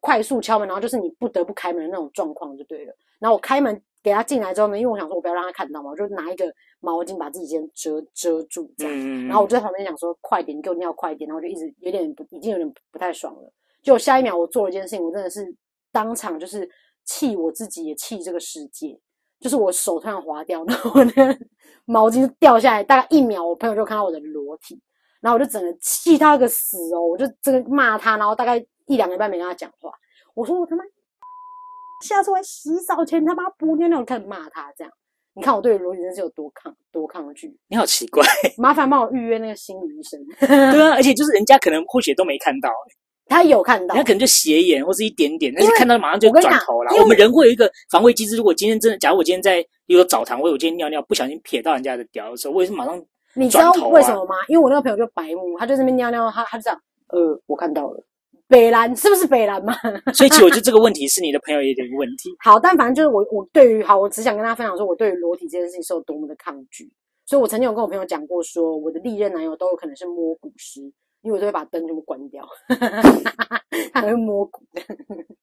Speaker 4: 快速敲门，然后就是你不得不开门的那种状况就对了。然后我开门给他进来之后呢，因为我想说我不要让他看到嘛，我就拿一个毛巾把自己先遮遮住这样。
Speaker 5: 嗯，
Speaker 4: 然后我就在旁边想说快点，你给我尿快一点，然后我就一直有点不已经有点不太爽了。就下一秒我做了一件事情，我真的是当场就是气我自己，也气这个世界。就是我手突然滑掉，然后我
Speaker 5: *laughs*
Speaker 4: 的毛巾就掉下来，大概一秒，我朋友就看到我的裸体，然后我就整个气到一个死哦，我就真的骂他，然后大概一两个礼拜没跟他讲话。我说我他妈下次我洗澡前他妈不尿尿，开始骂他这样。你看我对裸体真是有多抗多抗拒，
Speaker 5: 你好奇
Speaker 4: *laughs*
Speaker 5: 怪，
Speaker 4: 麻烦帮我预约那个心理医生。 *laughs*
Speaker 5: 对啊，而且就是人家可能或许都没看到，
Speaker 4: 他有看到
Speaker 5: 人家，可能就斜眼或是一点点，但
Speaker 4: 因
Speaker 5: 是
Speaker 4: 为
Speaker 5: 看到马上就
Speaker 4: 我跟你
Speaker 5: 转
Speaker 4: 讲
Speaker 5: 头了
Speaker 4: 因。为
Speaker 5: 我们人会有一个防卫机制，如果今天真的，假如我今天在一个澡堂，或者我今天尿尿不小心瞥到人家的屌的时候，我也是马上
Speaker 4: 你知道
Speaker 5: 转头啊
Speaker 4: 为什么吗？因为我那个朋友就白目，他就在那边尿尿，他他就这样，呃，我看到了，北兰是不是北兰嘛？
Speaker 5: 所以其实我觉得这个问题是你的朋友有点问题。
Speaker 4: *laughs* 好，但反正就是我我对于好，我只想跟大家分享说，我对于裸体这件事情是有多么的抗拒。所以我曾经有跟我朋友讲过说我的历任男友都有可能是摸骨师，因为我都会把灯全部关掉， *laughs* 他还会摸骨。 *laughs*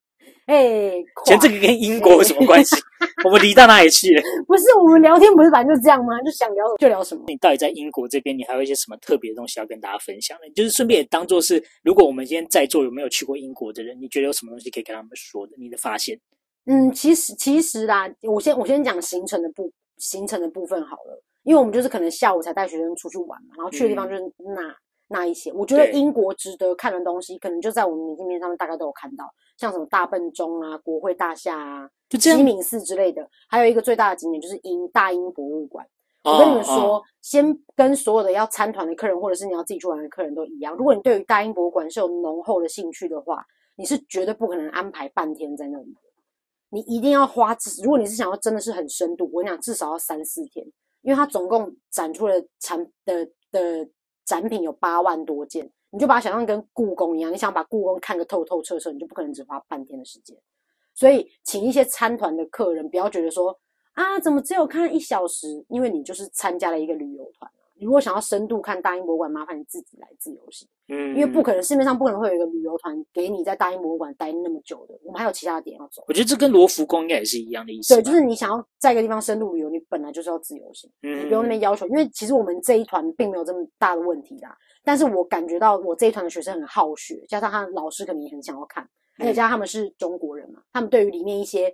Speaker 4: 哎、快
Speaker 5: 其实这个跟英国有什么关系？ *laughs* 我们离到哪里去了？ *laughs*
Speaker 4: 不是我们聊天不是本来就这样吗？就想聊什么就聊什么。
Speaker 5: 你到底在英国这边，你还有一些什么特别的东西要跟大家分享呢？你就是顺便也当做是，如果我们今天在座有没有去过英国的人，你觉得有什么东西可以跟他们说的？你的发现？
Speaker 4: 嗯，其实其实啦，我先我先讲行程的部行程的部分好了，因为我们就是可能下午才带学生出去玩嘛，然后去的地方
Speaker 5: 嗯
Speaker 4: 就是那、那一些。我觉得
Speaker 5: 对
Speaker 4: 英国值得看的东西，可能就在我们明信片上面大概都有看到，像什么大笨钟啊、国会大厦啊、
Speaker 5: 就这样
Speaker 4: 鸡。鸣寺之类的，还有一个最大的景点就是英大英博物馆。我跟你们说，
Speaker 5: 哦，
Speaker 4: 先跟所有的要参团的客人，或者是你要自己去玩的客人都一样。如果你对于大英博物馆是有浓厚的兴趣的话，你是绝对不可能安排半天在那里的。你一定要花至，如果你是想要真的是很深度，我跟你讲至少要三四天，因为它总共展出了产的的展品有八万多件，你就把它想象跟故宫一样，你想把故宫看个透透彻彻，你就不可能只花半天的时间。所以，请一些参团的客人不要觉得说啊，怎么只有看一小时？因为你就是参加了一个旅游团啊。你如果想要深度看大英博物馆，麻烦你自己来自由行，
Speaker 5: 嗯
Speaker 4: 因为不可能市面上不可能会有一个旅游团给你在大英博物馆待那么久的。我们还有其他的点要走。
Speaker 5: 我觉得这跟罗浮宫应该也是一样的意思吧。
Speaker 4: 对，就是你想要在一个地方深度旅游，你本来就是要自由行，
Speaker 5: 嗯
Speaker 4: 你不用那边要求。因为其实我们这一团并没有这么大的问题啦，但是我感觉到我这一团的学生很好学，
Speaker 5: 嗯
Speaker 4: 加上他老师可能也很想要看，而且加上他们是中国人嘛，他们对于里面一些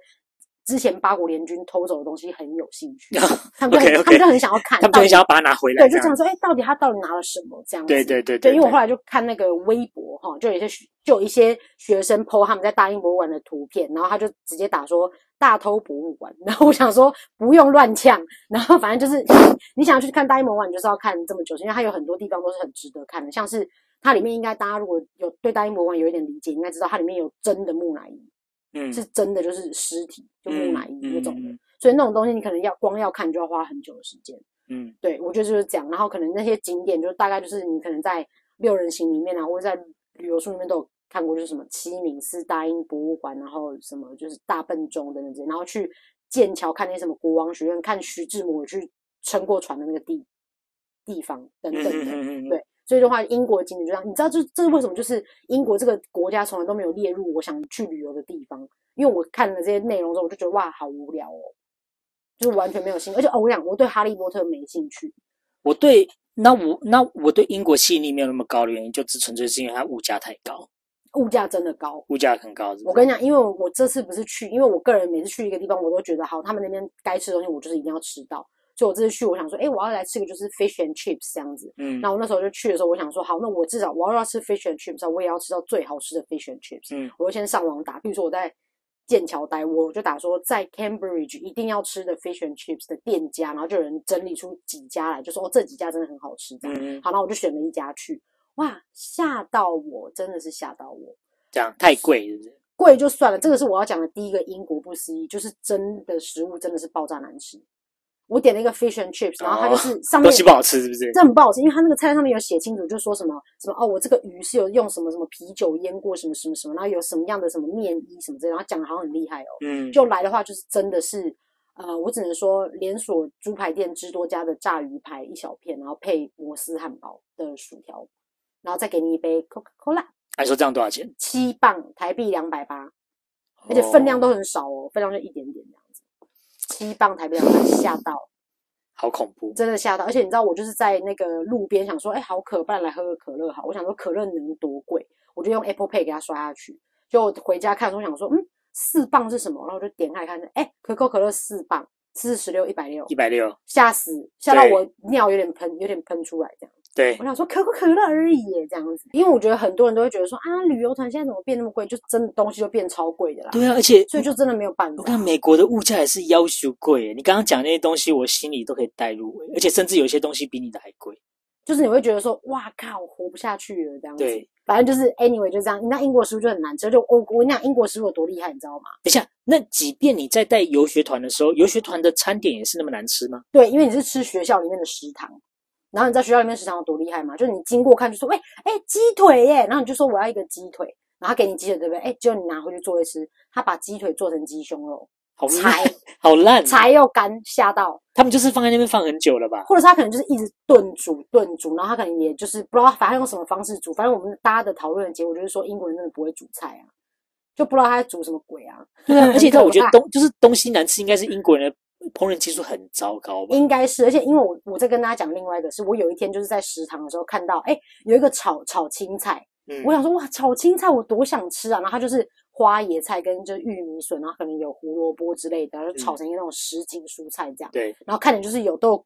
Speaker 4: 之前八国联军偷走的东西很有兴
Speaker 5: *laughs*
Speaker 4: 趣，
Speaker 5: 他
Speaker 4: 他们就很
Speaker 5: OK，OK
Speaker 4: 他们就很想要看，
Speaker 5: 们就很想要把它拿回来
Speaker 4: 对，
Speaker 5: 这
Speaker 4: 就想
Speaker 5: 样子。
Speaker 4: 说，哎、到底他到底拿了什么这样子？
Speaker 5: 对对对
Speaker 4: 对，因为我后
Speaker 5: 对，
Speaker 4: 来就看那个微博哈，就有一些学就有一些学生 PO 他们在大英博物馆的图片，然后他就直接打说大偷博物馆，然后我想说不用乱呛，然后反正就是 *laughs* 你想要去看大英博物馆，你就是要看这么久，因为它有很多地方都是很值得看的，像是它里面应该大家如果有对大英博物馆有一点理解，应该知道它里面有真的木乃伊，
Speaker 5: 嗯，
Speaker 4: 是真的就是尸体，就木乃伊那种的，
Speaker 5: 嗯
Speaker 4: 所以那种东西你可能要光要看就要花很久的时间。
Speaker 5: 嗯，嗯
Speaker 4: 对，我觉得就是这样。然后可能那些景点，就大概就是你可能在六人行里面啊，或者在旅游书里面都有看过，就是什么七明寺大英博物馆，然后什么就是大笨钟等等之类，然后去剑桥看那些什么国王学院，看徐志摩去撑过船的那个地地方等
Speaker 5: 嗯
Speaker 4: 等
Speaker 5: 嗯
Speaker 4: 的。
Speaker 5: 嗯嗯嗯，
Speaker 4: 对所以的话，英国的景点就这样，你知道这这是为什么？就是英国这个国家从来都没有列入我想去旅游的地方，因为我看了这些内容之后，我就觉得哇，好无聊哦，就是完全没有兴趣。而且哦，我讲我对哈利波特没兴趣，
Speaker 5: 我对那我那我对英国吸引力没有那么高的原因，就只纯粹是因为它物价太高，
Speaker 4: 物价真的高。
Speaker 5: 物价很高。是不
Speaker 4: 我
Speaker 5: 是
Speaker 4: 跟你讲，因为我我这次不是去，因为我个人每次去一个地方，我都觉得好，他们那边该吃的东西我就是一定要吃到，所以我这次去，我想说，哎、我要来吃个就是 fish and chips 这样子。
Speaker 5: 嗯
Speaker 4: 那我那时候就去的时候，我想说，好，那我至少我要要吃 fish and chips，啊我也要吃到最好吃的 fish and chips。
Speaker 5: 嗯，
Speaker 4: 我就先上网打，比如说我在剑桥待，我就打说在 Cambridge 一定要吃的 fish and chips 的店家，然后就有人整理出几家来，就说哦这几家真的很好吃这样。
Speaker 5: 嗯嗯，
Speaker 4: 好，那我就选了一家去，哇，吓到我，真的是吓到我。
Speaker 5: 这样太贵是不是？
Speaker 4: 贵就算了，这个是我要讲的第一个英国不思议，就是真的食物真的是爆炸难吃。我点了一个 fish and chips，然后它就是
Speaker 5: *laughs*
Speaker 4: 上面、
Speaker 5: 东西不好哦吃是不是？
Speaker 4: 这很不好吃，因为它那个菜单上面有写清楚，就说什么什么哦，我这个鱼是有用什么什么啤酒腌过什么什么什么，然后有什么样的什么面衣什么之类，然后讲的好像很厉害哦。
Speaker 5: 嗯，
Speaker 4: 就来的话，就是真的是，呃，我只能说连锁猪排店之多家的炸鱼排一小片，然后配摩斯汉堡的薯条，然后再给你一杯 Coca Cola，
Speaker 5: 还说这样多少钱？
Speaker 4: 七磅台币两百八。而且分量都
Speaker 5: 哦
Speaker 4: 很少哦，分量就一点点这样子，七磅台币，我吓到，
Speaker 5: 好恐怖。
Speaker 4: 真的吓到。而且你知道，我就是在那个路边想说，哎，好渴，不然来喝个可乐好。我想说可乐能多贵，我就用 Apple Pay 给它刷下去。就我回家看的时候想说，嗯，四磅是什么？然后我就点开看，哎，可口可乐四磅，四十六一百六
Speaker 5: 一，百六，
Speaker 4: 吓死，吓到
Speaker 5: 对
Speaker 4: 我尿有点喷，有点喷出来这样。
Speaker 5: 对
Speaker 4: 我，想说可口可乐而已耶这样子，因为我觉得很多人都会觉得说啊，旅游团现在怎么变那么贵？就真的东西就变超贵的啦。
Speaker 5: 对啊，而且
Speaker 4: 所以就真的没有办法。
Speaker 5: 我看美国的物价也是要求贵耶，你刚刚讲那些东西，我心里都可以代入耶，而且甚至有些东西比你的还贵。
Speaker 4: 就是你会觉得说，哇靠，我活不下去了这样子。
Speaker 5: 对，
Speaker 4: 反正就是 anyway 就这样。那英国食物就很难吃，就我我跟你讲，英国食物有多厉害，你知道吗？
Speaker 5: 等一下，那即便你在带游学团的时候，游学团的餐点也是那么难吃吗？
Speaker 4: 对，因为你是吃学校里面的食堂，然后你在学校里面食堂有多厉害嘛？就是你经过看就说，喂、哎、鸡腿耶，然后你就说我要一个鸡腿，然后他给你鸡腿对不对？哎、结果你拿回去做一吃，他把鸡腿做成鸡胸肉，
Speaker 5: 好 *laughs*
Speaker 4: 柴
Speaker 5: 烂，好烂哦！
Speaker 4: 柴又干，吓到。
Speaker 5: 他们就是放在那边放很久了吧？
Speaker 4: 或者是他可能就是一直炖煮炖煮，然后他可能也就是不知道反正用什么方式煮，反正我们大家的讨论的结果就是说英国人真的不会煮菜啊，就不知道他在煮什么鬼啊。
Speaker 5: 对啊，而且
Speaker 4: 很可
Speaker 5: 他我觉得
Speaker 4: 怕
Speaker 5: 东就是东西难吃，应该是英国人的烹饪技术很糟糕吧？
Speaker 4: 应该是，而且因为我我在跟大家讲另外一个是，我有一天就是在食堂的时候看到，哎，有一个炒炒青菜，
Speaker 5: 嗯
Speaker 4: 我想说哇，炒青菜我多想吃啊，然后它就是花椰菜跟就是玉米笋，然后可能有胡萝卜之类的，然后就炒成一个那种什锦蔬菜这样。
Speaker 5: 对，
Speaker 4: 然后看着就是有都有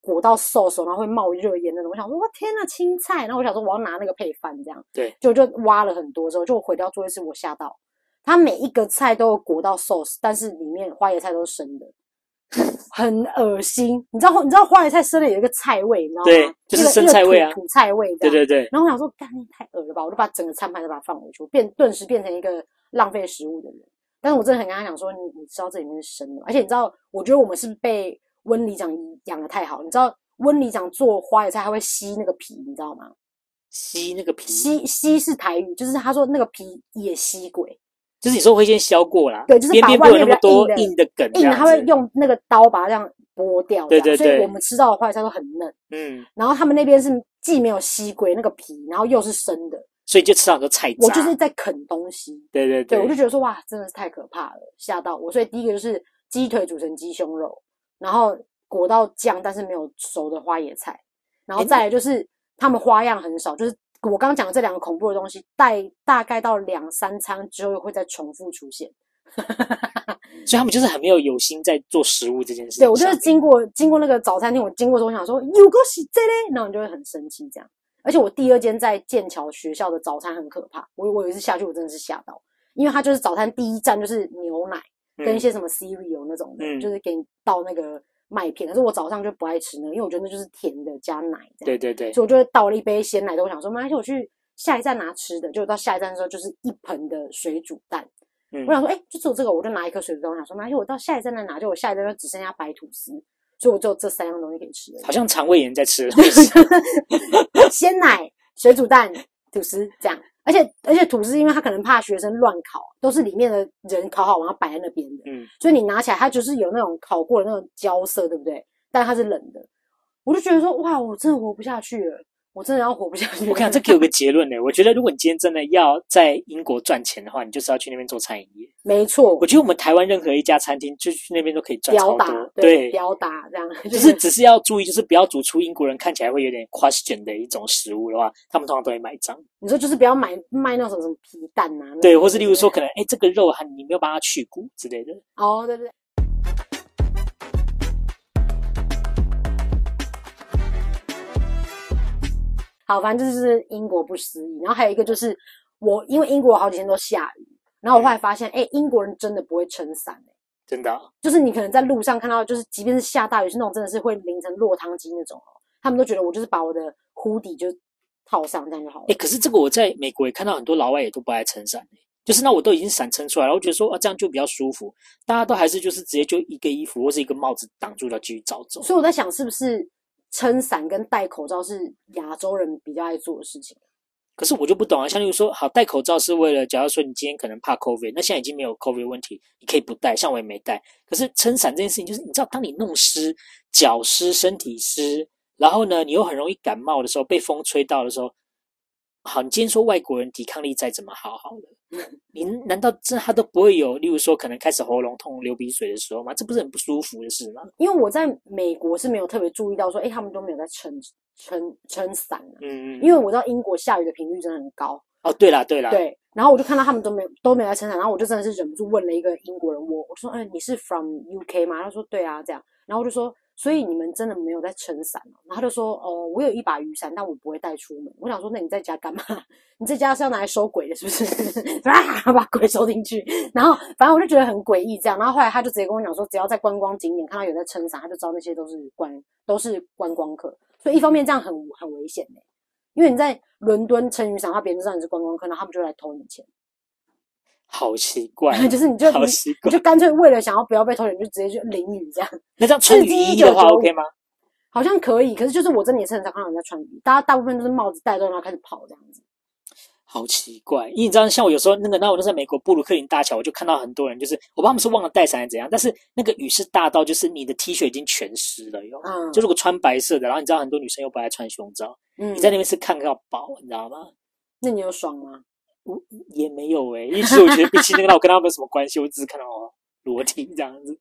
Speaker 4: 裹到瘦手，然后会冒热烟那种。我想说，哇天呐，青菜！然后我想说，我要拿那个配饭这样。
Speaker 5: 对，
Speaker 4: 就就挖了很多之后，就我回到做一次，我吓到，它每一个菜都有裹到 sauce，但是里面花椰菜都是生的， *laughs* 很恶心。你知道你知道花椰菜生的有一个菜味，你知道吗？
Speaker 5: 对就是
Speaker 4: 一个
Speaker 5: 生菜味啊
Speaker 4: 一个土土菜味这
Speaker 5: 对
Speaker 4: 样。
Speaker 5: 对对，
Speaker 4: 然后我想说，干你太恶了吧！我就把整个餐盘都把它放回去，我变顿时变成一个浪费食物的人。但是我真的很跟他讲说，你你知道这里面是生的吗，而且你知道，我觉得我们是被温里长养的太好。你知道温里长做花椰菜，他会吸那个皮，你知道吗？
Speaker 5: 吸那个皮，
Speaker 4: 吸吸是台语，就是他说那个皮也吸鬼，
Speaker 5: 就是你说会先削过啦，
Speaker 4: 对就是
Speaker 5: 边
Speaker 4: 把
Speaker 5: 边不
Speaker 4: 外
Speaker 5: 会
Speaker 4: 面
Speaker 5: 有那么
Speaker 4: 比较
Speaker 5: 多
Speaker 4: 硬
Speaker 5: 硬的梗这
Speaker 4: 硬
Speaker 5: 样
Speaker 4: 的
Speaker 5: 子，
Speaker 4: 他会用那个刀把它这样剥掉这样。
Speaker 5: 对对
Speaker 4: 所
Speaker 5: 对
Speaker 4: 以我们吃到的花椰菜都很嫩。
Speaker 5: 嗯，
Speaker 4: 然后他们那边是既没有吸鬼那个皮，然后又是生的，
Speaker 5: 所以就吃到很多菜渣。
Speaker 4: 我就是在啃东西。
Speaker 5: 对对
Speaker 4: 对，我就觉得说哇，真的是太可怕了，吓到我。所以第一个就是鸡腿煮成鸡胸肉，然后裹到酱，但是没有熟的花椰菜，然后
Speaker 5: 诶
Speaker 4: 再来就是他们花样很少，就是我刚刚讲的这两个恐怖的东西，大大概到两三餐之后会再重复出现。
Speaker 5: 所以他们就是很没有有心在做食物这件事情上。
Speaker 4: 对我就是经过经过那个早餐厅，我经过的时候，我想说有个洗这嘞，然后你就会很生气这样。而且我第二间在剑桥学校的早餐很可怕，我我有一次下去，我真的是吓到，因为它就是早餐第一站就是牛奶跟一
Speaker 5: 嗯
Speaker 4: 些什么 cereal 那种的，
Speaker 5: 嗯
Speaker 4: 就是给你倒那个麦片。可是我早上就不爱吃那个，因为我觉得那就是甜的加奶这样。
Speaker 5: 对对对
Speaker 4: 所以我就会倒了一杯鲜奶，都想说没关系，我去下一站拿吃的。就到下一站的时候，就是一盆的水煮蛋。
Speaker 5: 嗯
Speaker 4: 我想说，哎、就只有这个，我就拿一颗水煮蛋。我想说，没关系，我到下一站再拿。就我下一站就只剩下白吐司，所以我只有这三样东西可以吃而已
Speaker 5: 好像肠胃炎在吃的东西。
Speaker 4: *laughs* 鲜奶、水煮蛋、吐司这样。而且而且吐司，因为他可能怕学生乱烤，都是里面的人烤好，然后摆在那边的，
Speaker 5: 嗯，
Speaker 4: 所以你拿起来它就是有那种烤过的那种焦色，对不对？但它是冷的，我就觉得说，哇，我真的活不下去了，我真的要活不下去了。
Speaker 5: *laughs* 我看这个有个结论呢，我觉得如果你今天真的要在英国赚钱的话，你就是要去那边做餐饮业。
Speaker 4: *laughs* 没错
Speaker 5: 我，觉得我们台湾任何一家餐厅，就去那边都可以赚超
Speaker 4: 表达
Speaker 5: 多。
Speaker 4: 对表达这样，就
Speaker 5: 就是只是要注意，就是不要煮出英国人看起来会有点 question 的一种食物的话，他们通常都会买账。
Speaker 4: *laughs* 你说就是不要买卖那种什么什么皮蛋啊，那
Speaker 5: 对，
Speaker 4: 种
Speaker 5: 或是例如说，可能哎，这个肉还你没有帮它去骨之类的。
Speaker 4: 哦，对对对。好，反正这就是英国不思议。然后还有一个就是我，因为英国好几天都下雨，然后我后来发现，哎、英国人真的不会撑伞、欸，
Speaker 5: 真的啊、
Speaker 4: 就是你可能在路上看到，就是即便是下大雨，是那种真的是会淋成落汤鸡那种哦，他们都觉得我就是把我的 hoodie 就套上这样就好了
Speaker 5: 哎、。可是这个我在美国也看到很多老外也都不爱撑伞、欸就是那我都已经伞撑出来了，我觉得说啊这样就比较舒服，大家都还是就是直接就一个衣服或是一个帽子挡住了继续照走。
Speaker 4: 所以我在想，是不是撑伞跟戴口罩是亚洲人比较爱做的事情？
Speaker 5: 可是我就不懂啊，像例如说，好戴口罩是为了，假如说你今天可能怕 COVID，那现在已经没有 COVID 问题，你可以不戴，像我也没戴。可是撑伞这件事情，就是你知道，当你弄湿、脚湿、身体湿，然后呢，你又很容易感冒的时候，被风吹到的时候，好，你今天说外国人抵抗力再怎么好好 *laughs* 了，你难道真的他都不会有，例如说可能开始喉咙痛、流鼻水的时候吗？这不是很不舒服的事吗？
Speaker 4: 因为我在美国是没有特别注意到说，哎、他们都没有在撑撑撑伞的、
Speaker 5: 嗯，
Speaker 4: 因为我知道英国下雨的频率真的很高，
Speaker 5: 哦，对啦，对啦，
Speaker 4: 对。然后我就看到他们都没有都没有在撑伞，然后我就真的是忍不住问了一个英国人，我我说，哎、你是 from UK 吗？他说对啊，这样。然后我就说，所以你们真的没有在撑伞哦然后他就说，哦，我有一把雨伞，但我不会带出门。我想说，那你在家干嘛？ *laughs* 你在家是要拿来收鬼的，是不是？ *laughs* 啊，把鬼收进去。然后反正我就觉得很诡异这样。然后后来他就直接跟我讲说，只要在观光景点看到有人在撑伞，他就知道那些都是观都是观光客。所以一方面这样很很危险欸的、因为你在伦敦撑雨伞，他别人就知道你是观光客，然后他们就来偷你钱。
Speaker 5: 好奇怪 *laughs* 哦，
Speaker 4: 就是你就
Speaker 5: 好奇
Speaker 4: 你
Speaker 5: 怪。
Speaker 4: 就干脆为了想要不要被偷钱，你就直接去淋雨这样，
Speaker 5: 那这样穿
Speaker 4: 刺
Speaker 5: 雨
Speaker 4: 激
Speaker 5: 衣的话
Speaker 4: 1995
Speaker 5: OK 吗？
Speaker 4: 好像可以。可是就是我真的也是很少看到人在穿雨衣，大家大部分都是帽子戴着，然后开始跑这样子。
Speaker 5: 好奇怪，因为你知道，像我有时候那个，那我就在美国布鲁克林大桥，我就看到很多人，就是我不知道他们是忘了带伞还是怎样，但是那个雨是大到，就是你的 T 恤已经全湿了哟。
Speaker 4: 嗯，
Speaker 5: 就如果穿白色的，然后你知道很多女生又不爱穿胸罩，
Speaker 4: 嗯
Speaker 5: 你，在那边是看到饱，你知道吗？
Speaker 4: 那你有爽吗？
Speaker 5: 我也没有诶、因为其实我觉得，毕竟那个我跟他们有什么关系，我只是看到我裸体这样子。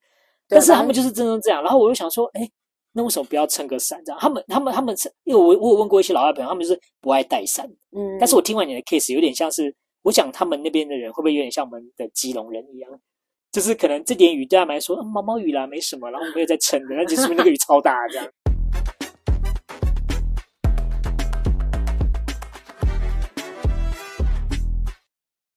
Speaker 4: 对啊
Speaker 5: 但是他
Speaker 4: 反
Speaker 5: 们
Speaker 4: 正
Speaker 5: 就是真的这样，然后我又想说，哎，那为什么不要撑个伞这样？他们他们他们是，因为我我有问过一些老外朋友，他们就是不爱带伞。
Speaker 4: 嗯，
Speaker 5: 但是我听完你的 case，有点像是我讲他们那边的人会不会有点像我们的基隆人一样，就是可能这点雨对他们来说、啊、毛毛雨啦，没什么，然后我们又在撑的，但其实是不是那个雨超大
Speaker 4: *laughs*
Speaker 5: 这样。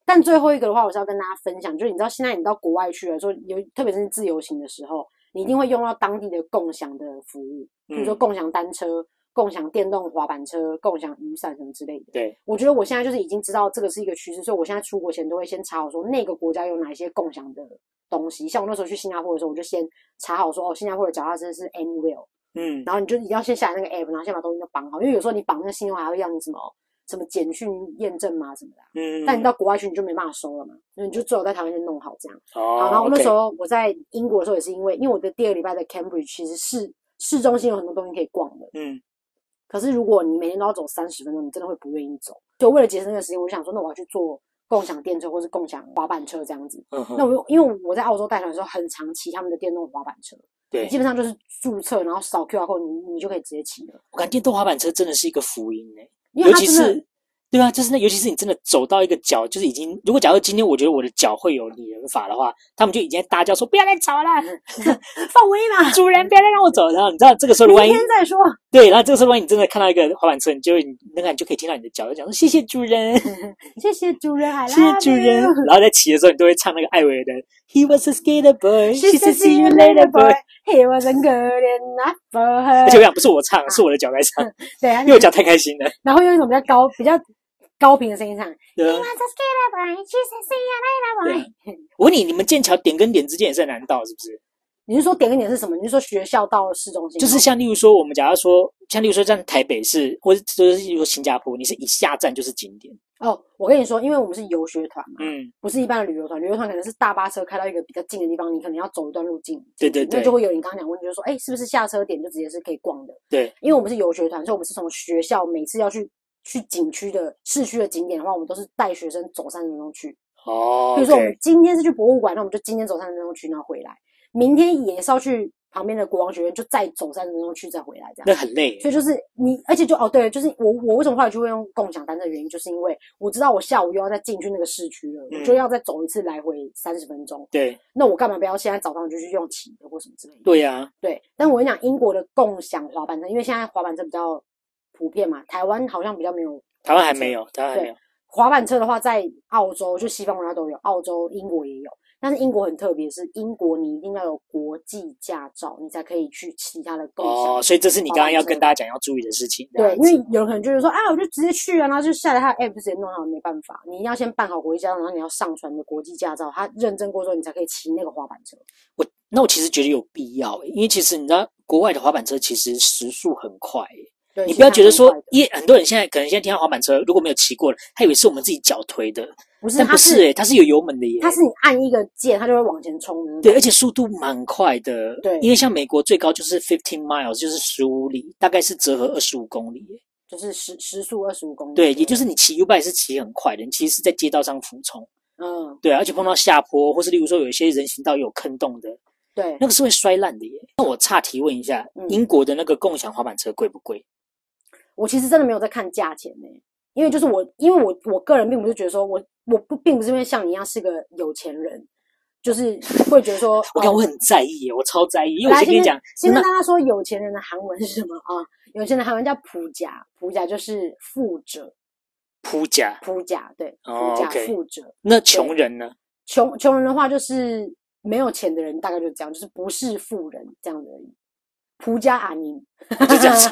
Speaker 4: 但最后一个的话，我是要跟大家分享，就是你知道现在你到国外去了，说有特别是自由行的时候，你一定会用到当地的共享的服务，比如说
Speaker 5: 嗯
Speaker 4: 共享单车、共享电动滑板车、共享雨伞什么之类的。
Speaker 5: 对，
Speaker 4: 我觉得我现在就是已经知道这个是一个趋势，所以我现在出国前都会先查好说那个国家有哪些共享的东西。像我那时候去新加坡的时候，我就先查好说哦，新加坡的脚踏车是 Anywhere，
Speaker 5: 嗯，
Speaker 4: 然后你就你要先下载那个 app，然后先把东西都绑好，因为有时候你绑那个信用卡还会让你什么什么简讯验证码什么的啊、
Speaker 5: 嗯
Speaker 4: 但你到国外去你就没办法收了嘛，所以你就最好在台湾先弄好这样。
Speaker 5: 哦，
Speaker 4: 好，然后那
Speaker 5: OK
Speaker 4: 时候我在英国的时候也是因为，因为我的第二个礼拜的 Cambridge 其实市市中心有很多东西可以逛的，
Speaker 5: 嗯，
Speaker 4: 可是如果你每天都要走三十分钟，你真的会不愿意走。就为了节省那个时间，我就想说，那我要去坐共享电车或是共享滑板车这样子。
Speaker 5: 嗯哼
Speaker 4: 那我又因为我在澳洲带团的时候，很常骑他们的电动滑板车，
Speaker 5: 对
Speaker 4: 基，本上就是注册，然后扫 QR code，你你就可以直接骑了。
Speaker 5: 我看电动滑板车真的是一个福音诶、欸
Speaker 4: 因为
Speaker 5: 尤
Speaker 4: 它
Speaker 5: 其
Speaker 4: 真的
Speaker 5: 是对啊，就是那，尤其是你真的走到一个脚，就是已经，如果假如今天我觉得我的脚会有拟人法的话，他们就已经在大叫说不要再吵了，
Speaker 4: 嗯放我一
Speaker 5: *laughs*
Speaker 4: 马，
Speaker 5: 主人不要再让我走。然后你知道这个时候，万一
Speaker 4: 明天再说。
Speaker 5: 对，然后这个时候万一你真的看到一个滑板车，你就会你那个你就可以听到你的脚在讲说谢谢主人，
Speaker 4: 嗯
Speaker 5: *laughs*
Speaker 4: 谢谢主人，I
Speaker 5: 谢谢主人。哎
Speaker 4: love you
Speaker 5: 然后在骑的时候，你都会唱那个艾薇儿的 He was a skater boy,
Speaker 4: She
Speaker 5: she's a
Speaker 4: said see
Speaker 5: see
Speaker 4: you
Speaker 5: you
Speaker 4: later,
Speaker 5: later
Speaker 4: boy.
Speaker 5: boy。
Speaker 4: He wasn't good enough for
Speaker 5: 而且我
Speaker 4: her.
Speaker 5: 想不是我
Speaker 4: 啊
Speaker 5: 唱，是我的脚在唱，
Speaker 4: 对啊
Speaker 5: *laughs* 因，为我脚太开心
Speaker 4: *laughs*
Speaker 5: 了。
Speaker 4: 然后用一种比较高、比较高频的声音唱。
Speaker 5: 对
Speaker 4: He
Speaker 5: 吧
Speaker 4: was a skater boy. She said see you
Speaker 5: 啊
Speaker 4: later, boy.
Speaker 5: 我问你，你们剑桥点跟点之间也是很难到，是不是？
Speaker 4: 你是说点跟点是什么？你是说学校到市中心吗？
Speaker 5: 就是像例如说，我们假如说，像例如说，像台北市，或者就是例如说新加坡，你是一下站就是景点。
Speaker 4: 哦，我跟你说，因为我们是游学团嘛，
Speaker 5: 嗯，
Speaker 4: 不是一般的旅游团。旅游团可能是大巴车开到一个比较近的地方，你可能要走一段路进，
Speaker 5: 对对
Speaker 4: 那
Speaker 5: 对
Speaker 4: 就会有你刚刚讲的问题，就是说，哎，是不是下车点就直接是可以逛的？
Speaker 5: 对，
Speaker 4: 因为我们是游学团，所以我们是从学校每次要去去景区的市区的景点的话，我们都是带学生走三十分钟去。
Speaker 5: 哦
Speaker 4: 比如说我们今天是去博物馆，那我们就今天走三十分钟去，然后回来；明天也是要去旁边的国王学院，就再走三十分钟去，再回来这
Speaker 5: 那
Speaker 4: 样。
Speaker 5: 很累
Speaker 4: 所以就是你，而且就哦对，就是我我为什么后来就会用共享单车的原因，就是因为我知道我下午又要再进去那个市区了，
Speaker 5: 嗯
Speaker 4: 我就要再走一次来回三十分钟。
Speaker 5: 对
Speaker 4: 那我干嘛不要现在早上就去用骑的或什么之类的？
Speaker 5: 对啊呀、
Speaker 4: 对，但我跟你讲，英国的共享滑板车，因为现在滑板车比较普遍嘛，台湾好像比较没有。
Speaker 5: 台湾还没有，台湾还没有。
Speaker 4: 滑板车的话，在澳洲就西方国家都有，澳洲、英国也有。但是英国很特别，是英国你一定要有国际驾照，你才可以去其他的共享。
Speaker 5: 哦，所以这是你刚刚要跟大
Speaker 4: 家
Speaker 5: 家讲要注意的事情。这
Speaker 4: 对，
Speaker 5: 样
Speaker 4: 因
Speaker 5: 子
Speaker 4: 为有可能就是说啊，我就直接去啊，然后就下来他的 app 直接弄好，没办法，你一定要先办好国际驾照，然后你要上传你的国际驾照，他认证过之后，你才可以骑那个滑板车。
Speaker 5: 我那我其实觉得有必要欸，因为其实你知道，国外的滑板车其实时速很快欸。
Speaker 4: 对，
Speaker 5: 你
Speaker 4: 其
Speaker 5: 不
Speaker 4: 实
Speaker 5: 要
Speaker 4: 它
Speaker 5: 觉得
Speaker 4: 蛮
Speaker 5: 说
Speaker 4: 快的，
Speaker 5: 因为很多人现在可能现在听到滑板车，如果没有骑过的，他以为是我们自己脚推的，
Speaker 4: 不是，
Speaker 5: 但
Speaker 4: 它
Speaker 5: 不是欸诶，它是有油门的耶。
Speaker 4: 它是你按一个键，它就会往前冲的那种。
Speaker 5: 对，而且速度蛮快的。
Speaker 4: 对
Speaker 5: 因为像美国最高就是 fifteen miles，就是十五里，大概是折合二十五公里耶。
Speaker 4: 就是时时速二十五公里。
Speaker 5: 对，也就是你骑 U bike 是骑很快的，你其实是在街道上俯冲。
Speaker 4: 嗯，
Speaker 5: 对，啊而且碰到下坡，或是例如说有一些人行道有坑洞的，
Speaker 4: 对，
Speaker 5: 那个是会摔烂的耶。那我岔提问一下，
Speaker 4: 嗯
Speaker 5: 英国的那个共享滑板车贵不贵？
Speaker 4: 我其实真的没有在看价钱呢、因为就是我，因为我我个人并不是觉得说我我不并不是因为像你一样是个有钱人，就是会觉得说，
Speaker 5: *laughs* 我感
Speaker 4: 哦
Speaker 5: 我很在意耶，我超在意，因为我
Speaker 4: 来
Speaker 5: 先跟
Speaker 4: 先
Speaker 5: 你讲，
Speaker 4: 先跟
Speaker 5: 那
Speaker 4: 大家说有钱人的韩文是什么啊、有钱人的韩文叫普甲，普甲就是富者，
Speaker 5: 铺甲，
Speaker 4: 普甲对，
Speaker 5: 哦
Speaker 4: 普甲
Speaker 5: OK
Speaker 4: 富者。
Speaker 5: 那穷人呢？
Speaker 4: 穷穷人的话就是没有钱的人，大概就这样，就是不是富人这样子而已。普加阿宁，
Speaker 5: *laughs* 就这样子，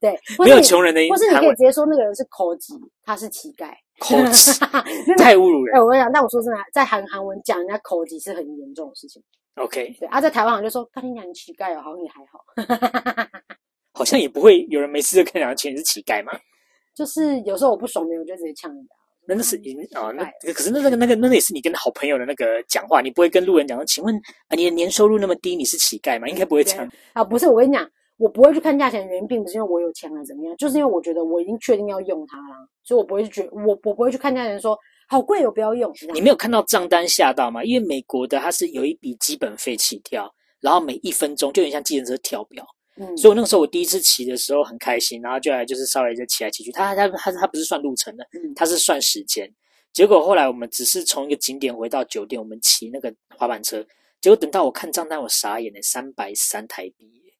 Speaker 4: 对，或
Speaker 5: 没
Speaker 4: 是
Speaker 5: 有
Speaker 4: 你
Speaker 5: 穷人的英
Speaker 4: 或是你
Speaker 5: 韩
Speaker 4: 可以 *laughs*
Speaker 5: 文
Speaker 4: 直接说那个人是口疾，他是乞丐。
Speaker 5: 口吃
Speaker 4: *laughs* 真的
Speaker 5: 太侮辱
Speaker 4: 哎、
Speaker 5: 人。
Speaker 4: 我跟你讲，但我说真的，在韩韩文讲人家口疾是很严重的事情。
Speaker 5: OK，
Speaker 4: 对啊，在台湾好像就说，看你讲你乞丐哦，好像也还好。
Speaker 5: 好像也不会有人没事就看两钱是乞丐
Speaker 4: 嗯
Speaker 5: 嘛。
Speaker 4: 就是有时候我不爽的，我就直接呛人家。
Speaker 5: 那那是
Speaker 4: 嗯
Speaker 5: 已经啊，那
Speaker 4: 对
Speaker 5: 可是那那个那个那也是你跟好朋友的那个讲话，你不会跟路人讲说，请问啊，你的年收入那么低，你是乞丐吗？应该不会这样。
Speaker 4: 啊，不是，我跟你讲，我不会去看价钱的原因，并不是因为我有钱啊还是怎么样，就是因为我觉得我已经确定要用它啦，所以我不会去觉我我不会去看价钱说好贵，哦我不要用。
Speaker 5: 你没有看到账单吓到吗？因为美国的它是有一笔基本费起跳，然后每一分钟就有点像计程车跳表。
Speaker 4: 嗯，
Speaker 5: 所以我那个时候我第一次骑的时候很开心，然后就来就是稍微就骑来骑去，它它它它不是算路程的，
Speaker 4: 嗯
Speaker 5: 它是算时间。结果后来我们只是从一个景点回到酒店，我们骑那个滑板车，结果等到我看账单，我傻眼了，三百三台币耶。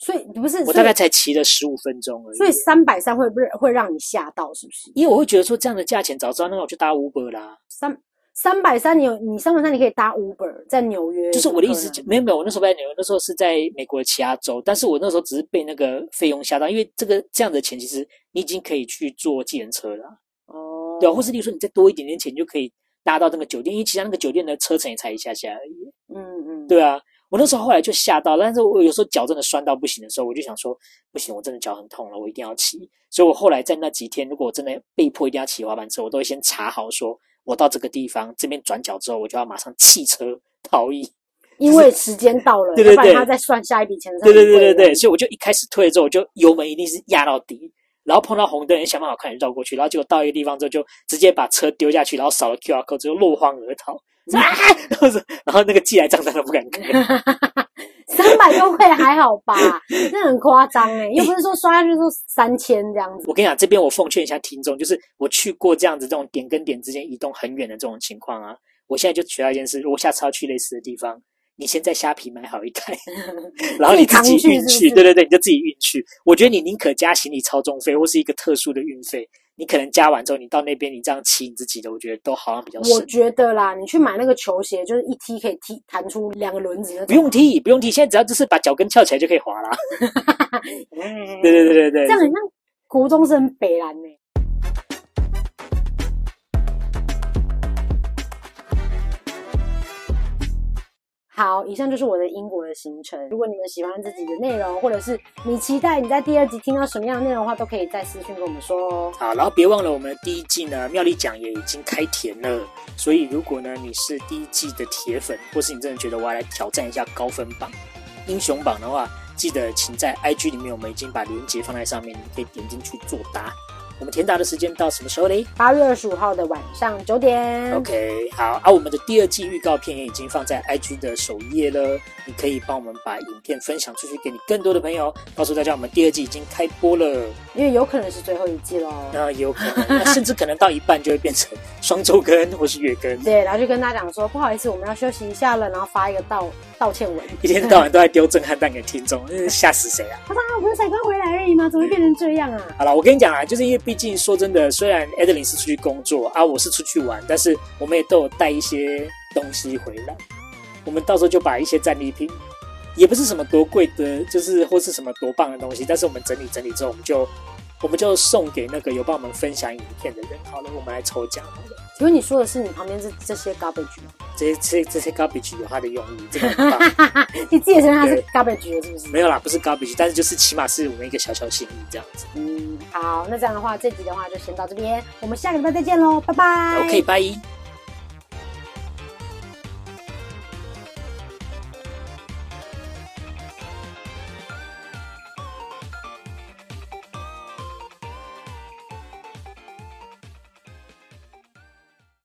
Speaker 4: 所以不是，
Speaker 5: 我
Speaker 4: 所
Speaker 5: 大
Speaker 4: 以
Speaker 5: 概才骑了十五分钟而已。
Speaker 4: 所以三百三会不会让你吓到？是不是？
Speaker 5: 因为我会觉得说这样的价钱，早知道那我就搭 Uber 啦。
Speaker 4: 三三百三，你有你三百三，你可以搭 Uber 在纽约。
Speaker 5: 就是我的意思
Speaker 4: 可
Speaker 5: 就，
Speaker 4: 能
Speaker 5: 没有没有，我那时候不在纽约，那时候是在美国的其他州，但是我那时候只是被那个费用吓到，因为这个这样的钱，其实你已经可以去坐计程车了啊，
Speaker 4: 哦，
Speaker 5: 对、啊，或是例如说你再多一点点钱，你就可以搭到那个酒店，因为其他那个酒店的车程也才一下下而已，啊
Speaker 4: 嗯嗯，
Speaker 5: 对啊。我那时候后来就吓到，但是我有时候脚真的酸到不行的时候，我就想说，不行，我真的脚很痛了，我一定要骑。所以我后来在那几天，如果我真的被迫一定要骑滑板车，我都会先查好说，我到这个地方这边转角之后，我就要马上弃车逃逸。
Speaker 4: 因为时间到了，
Speaker 5: 对对
Speaker 4: 要不
Speaker 5: 对
Speaker 4: 然他再算下一笔钱。
Speaker 5: 对对对对对，，所以我就一开始退了之后，我就油门一定是压到底，然后碰到红灯，也想办法快点绕过去，然后结果到一个地方之后，就直接把车丢下去，然后扫了 QR code 之后落荒而逃。说啊，然后说 *laughs* 然后那个寄来账单都不敢开，
Speaker 4: 三百多块还好吧？那很夸张哎，又不是说刷下去说三千这样子。
Speaker 5: 我跟你讲，这边我奉劝一下听众，就是我去过这样子这种点跟点之间移动很远的这种情况啊，我现在就学到一件事：如果下次要去类似的地方，你先在虾皮买好一
Speaker 4: *laughs*
Speaker 5: 台，然后你自
Speaker 4: 自己
Speaker 5: 己
Speaker 4: 扛去
Speaker 5: 运
Speaker 4: 是不
Speaker 5: 去，
Speaker 4: 是
Speaker 5: 对对对，你就自己运去。我觉得你宁可加行李超重费或是一个特殊的运费，你可能加完之后，你到那边你这样骑你自己的，我觉得都好像比较
Speaker 4: 我
Speaker 5: 省。
Speaker 4: 觉得啦，你去买那个球鞋，就是一踢可以踢弹出两个轮子那种，
Speaker 5: 不用踢，不用踢，现在只要就是把脚跟翘起来就可
Speaker 4: *laughs*
Speaker 5: 以滑啦。
Speaker 4: 嗯
Speaker 5: 对对对对对，
Speaker 4: 这样很像国中生北欸兰呢、好，以上就是我的英国的行程。如果你们喜欢这集的内容，或者是你期待你在第二集听到什么样的内容的话，都可以在私讯跟我们说哦。
Speaker 5: 好，然后别忘了我们的第一季呢，妙丽奖也已经开甜了。所以如果呢你是第一季的铁粉，或是你真的觉得我要来挑战一下高分榜、英雄榜的话，记得请在 IG 里面，我们已经把链接放在上面，你可以点进去作答。我们填答的时间到什么时候嘞
Speaker 4: 八月二十五号的晚上九点
Speaker 5: ？OK，好啊，我们的第二季预告片也已经放在 IG 的首页了，你可以帮我们把影片分享出去给你更多的朋友，告诉大家我们第二季已经开播了。
Speaker 4: 因为有可能是最后一季喽。
Speaker 5: 那也有可能，那甚至可能到一半就会变成双周更或是月更，
Speaker 4: 对，然后就跟大家讲说，不好意思，我们要休息一下了，然后发一个道道歉文。
Speaker 5: 一天到晚都在丢震撼弹给听众，真是吓死谁
Speaker 4: *laughs*
Speaker 5: 啊！
Speaker 4: 他说啊，我不是才刚回来而已吗？怎么会变成这样啊？
Speaker 5: 好了，我跟你讲啊，就是因为毕竟说真的，虽然 Adeline 是出去工作啊，我是出去玩，但是我们也都有带一些东西回来，我们到时候就把一些战利品。也不是什么多贵的，就是或是什么多棒的东西，但是我们整理整理之后，我们就我们就送给那个有帮我们分享影片的人。好了，我们来抽奖好了。
Speaker 4: 请问你说的是你旁边这这些 garbage 吗？ *laughs*
Speaker 5: 这些这这些 garbage 有它的用意，这个很棒。
Speaker 4: 你自己承认它是
Speaker 5: 对
Speaker 4: garbage 了是不是？
Speaker 5: 没有啦，不是 garbage，但是就是起码是我们一个小小心意这样子。
Speaker 4: 嗯，好，那这样的话，这集的话就先到这边，我们下个礼拜再见喽，拜拜。
Speaker 5: OK，拜。